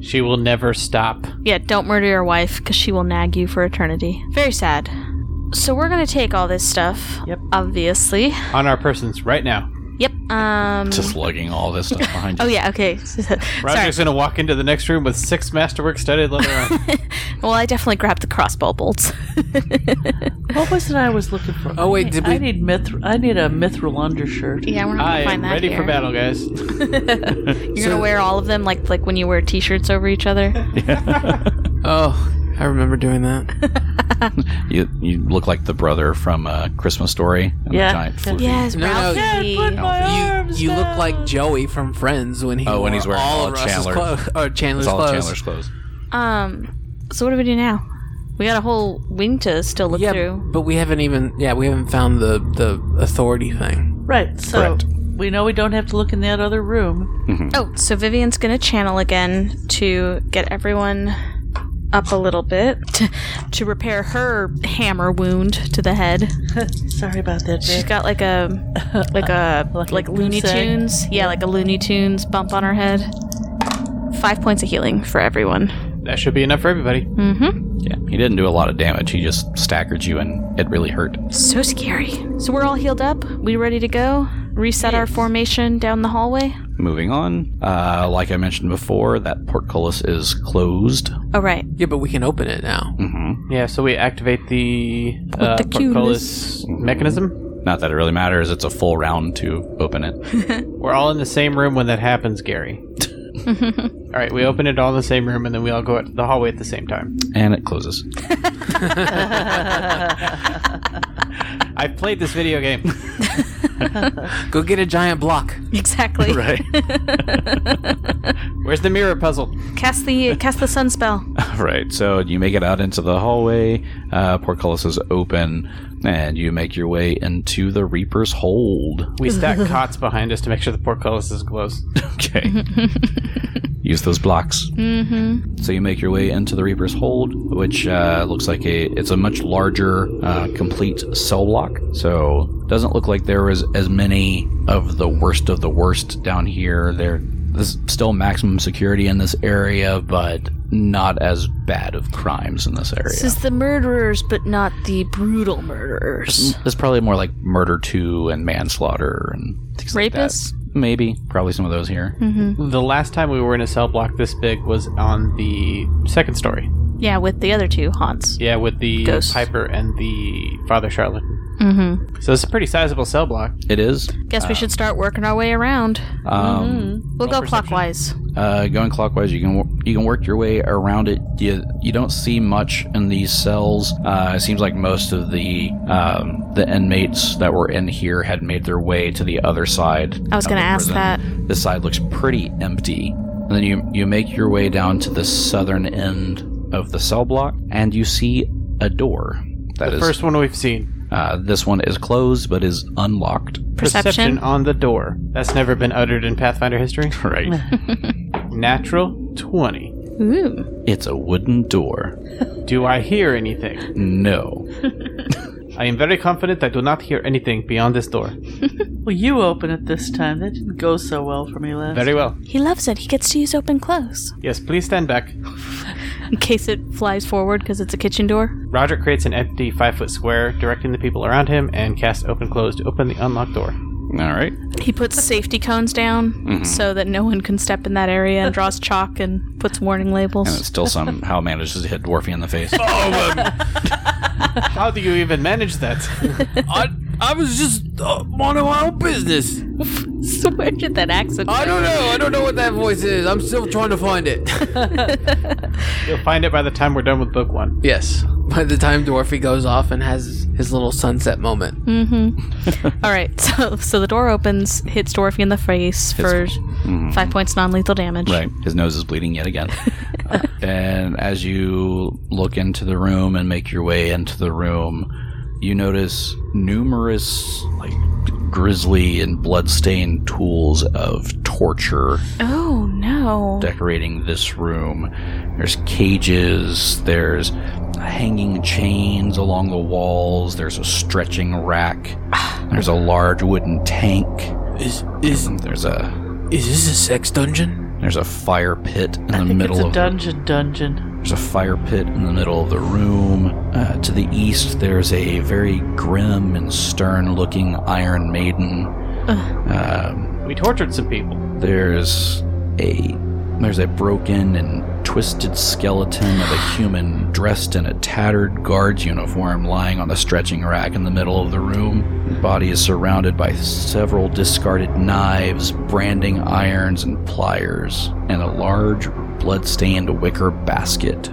S2: she will never stop.
S1: Yeah, don't murder your wife because she will nag you for eternity. Very sad. So we're gonna take all this stuff.
S4: Yep.
S1: Obviously.
S2: On our persons right now.
S1: Yep. Um.
S5: just lugging all this stuff behind you.
S1: Oh yeah. Okay. Sorry.
S2: Roger's gonna walk into the next room with six masterwork studded leather arms.
S1: Well, I definitely grabbed the crossbow bolts.
S4: What was it I was looking for?
S3: Oh, wait, did
S4: I
S3: we-
S4: need mithril. I need a mithril undershirt.
S1: yeah, we're not
S2: I
S1: gonna
S2: am
S1: find that
S2: ready
S1: here.
S2: for battle, guys.
S1: You're gonna wear all of them, like like when you wear t-shirts over each other.
S3: oh, I remember doing that.
S5: You, you look like the brother from uh, Christmas Story. and the
S4: Yeah.
S5: giant floofy.
S1: yes,
S3: No, no,
S1: Ralphie.
S4: Put my
S3: You
S4: arms
S3: you look
S4: down.
S3: like Joey from Friends when he
S5: Oh, when he's
S3: wore
S5: wearing all
S3: all,
S5: of
S3: of Russ's
S5: Chandler's-
S3: clothes or Chandler's
S5: It's all
S3: clothes.
S5: Chandler's clothes.
S1: Um, so what do we do now? We got a whole wing to still look
S3: Yeah,
S1: through.
S3: but we haven't even yeah we haven't found the the authority thing.
S4: Right. So
S5: Correct.
S4: we know we don't have to look in that other room.
S1: Oh, so Vivian's gonna channel again to get everyone up a little bit to, to repair her hammer wound to the head.
S4: Sorry about that.
S1: She's
S4: Vic.
S1: got like a like a like,
S4: Like a
S1: Looney
S4: goose egg.
S1: Tunes, yeah, like a Looney Tunes bump on her head. Five points of healing for everyone.
S2: That should be enough for everybody.
S1: Hmm.
S5: Yeah, he didn't do a lot of damage. He just staggered you, and it really hurt.
S1: So scary. So we're all healed up. We ready to go? Reset our formation down the hallway.
S5: Moving on, uh, like I mentioned before, that portcullis is closed.
S1: All Oh, right.
S3: Yeah, but we can open it now.
S5: Hmm.
S2: Yeah, so we activate the uh,
S1: the
S2: portcullis mechanism.
S5: Not that it really matters. It's a full round to open it.
S2: We're all in the same room when that happens, Gary. all right, we open it all in the same room, and then we all go out the hallway at the same time.
S5: and it closes.
S2: I've played this video game.
S3: Go get a giant block.
S1: Exactly.
S5: Right.
S2: Where's the mirror puzzle?
S1: Cast the cast the sun spell.
S5: Right, so you make it out into the hallway, uh, portcullis is open, and you make your way into the Reaper's Hold.
S2: We stack cots behind us to make sure the portcullis is closed.
S5: Okay. Use those blocks. Mm-hmm. So you make your way into the Reaper's Hold, which uh, looks like a it's a much larger, uh, complete cell block. So doesn't look like there was as many of the worst of the worst down here. There, there's still maximum security in this area, but not as bad of crimes in this area.
S1: This is the murderers, but not the brutal murderers.
S5: It's probably more like murder two and manslaughter and things like that.
S1: Rapists?
S5: Maybe, probably some of those here.
S2: The last time we were in a cell block this big was on the second story.
S1: Yeah, with the other two haunts.
S2: Yeah, with the
S1: Ghosts.
S2: Piper and the Father Charlatan. Mm-hmm. So it's a pretty sizable cell block.
S5: It is.
S1: Guess we should start working our way around.
S5: Um,
S1: We'll go clockwise.
S5: Uh, going clockwise, you can wo- you can work your way around it. You you don't see much in these cells. Uh, it seems like most of the um, the inmates that were in here had made their way to the other side.
S1: I was
S5: of
S1: gonna
S5: the
S1: ask
S5: prison.
S1: that.
S5: This side looks pretty empty. And then you you make your way down to the southern end of the cell block, and you see a door. That is
S2: First one we've seen.
S5: Uh, this one is closed but is unlocked.
S1: Perception.
S2: on the door. That's never been uttered in Pathfinder history.
S5: Right.
S2: Natural 20.
S1: Ooh.
S5: it's a wooden door.
S2: Do I hear anything?
S5: No.
S2: I am very confident I do not hear anything beyond this door.
S4: Well, you open it this time. That didn't go so well for me last.
S2: Very well.
S1: He loves it. He gets to use open close.
S2: Yes, please stand back.
S1: In case it flies forward because it's a kitchen door.
S2: Roger creates an empty five foot square, directing the people around him, and casts open close to open the unlocked door.
S5: All right.
S1: He puts safety cones down so that no one can step in that area and draws chalk and puts warning
S5: And
S1: labels.
S5: it still somehow manages to hit Dwarfy in the face.
S2: How do you even manage that?
S3: I, I was just uh, on my own business.
S1: so where did that accent
S3: I don't know. I don't know what that voice is. I'm still trying to find it.
S2: You'll find it by the time we're done with book one.
S3: yes. By the time Dwarfy goes off and has his little sunset moment,
S1: All right, so so the door opens, hits Dorothy in the face for five points non-lethal damage.
S5: Right. His nose is bleeding yet again. Uh, and as you look into the room and make your way into the room, you notice numerous like grisly and bloodstained tools of torture
S1: Oh no!
S5: decorating this room. There's cages, there's hanging chains along the walls, there's a stretching rack, there's a large wooden tank,
S3: is is
S5: there's a
S3: is this a sex dungeon?
S5: there's a fire pit in the
S4: I think
S5: middle
S4: it's a
S5: of the
S4: dungeon dungeon.
S5: There's a fire pit in the middle of the room. Uh, to the east, there's a very grim and stern looking Iron Maiden. Um,
S2: We tortured some people.
S5: there's a there's a broken and twisted skeleton of a human dressed in a tattered guard's uniform lying on the stretching rack in the middle of the room. The body is surrounded by several discarded knives, branding irons, and pliers, and a large blood-stained wicker basket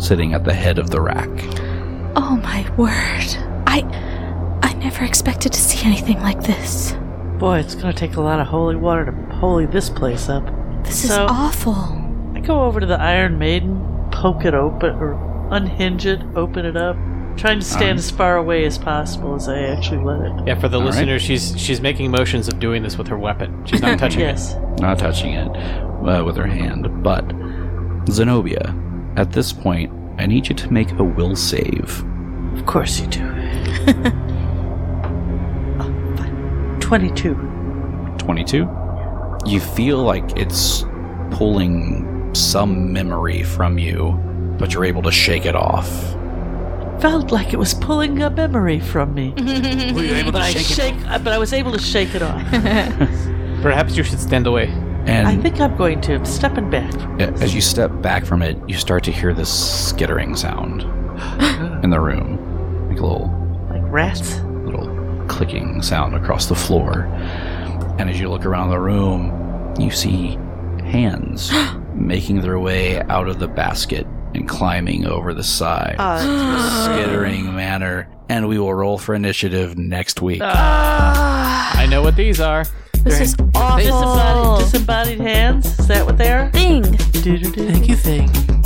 S5: sitting at the head of the rack.
S1: Oh my word! I I never expected to see anything like this.
S4: Boy, it's gonna take a lot of holy water to holy this place up.
S1: This is
S4: So-
S1: awful.
S4: I go over to the Iron Maiden, poke it open or unhinge it, open it up, trying to stand as far away as possible as I actually let it.
S2: Yeah, for the
S5: All right.
S2: listener, she's she's making motions of doing this with her weapon. She's not touching it.
S4: Yes.
S5: not touching it uh, with her hand. But Zenobia, at this point, I need you to make a will save.
S4: Of course you do. Oh, fine. 22.
S5: 22. You feel like it's pulling some memory from you, but you're able to shake it off.
S4: Felt like it was pulling a memory from me.
S3: Were you able
S4: But I shake, I- but I was able to shake it off.
S2: Perhaps you should stand away.
S5: And
S4: I think I'm going to. I'm stepping back.
S5: a- as you step back from it, you start to hear this skittering sound in the room. Like a little
S4: Like rats.
S5: little clicking sound across the floor. And as you look around the room, you see hands making their way out of the basket and climbing over the side,
S4: Uh,
S5: skittering manner. And we will roll for initiative next week.
S2: I know what these are.
S1: This is
S4: disembodied,
S1: awful.
S4: disembodied hands? Is that what they are?
S1: Thing.
S4: Do-do-do.
S3: Thank you, thing.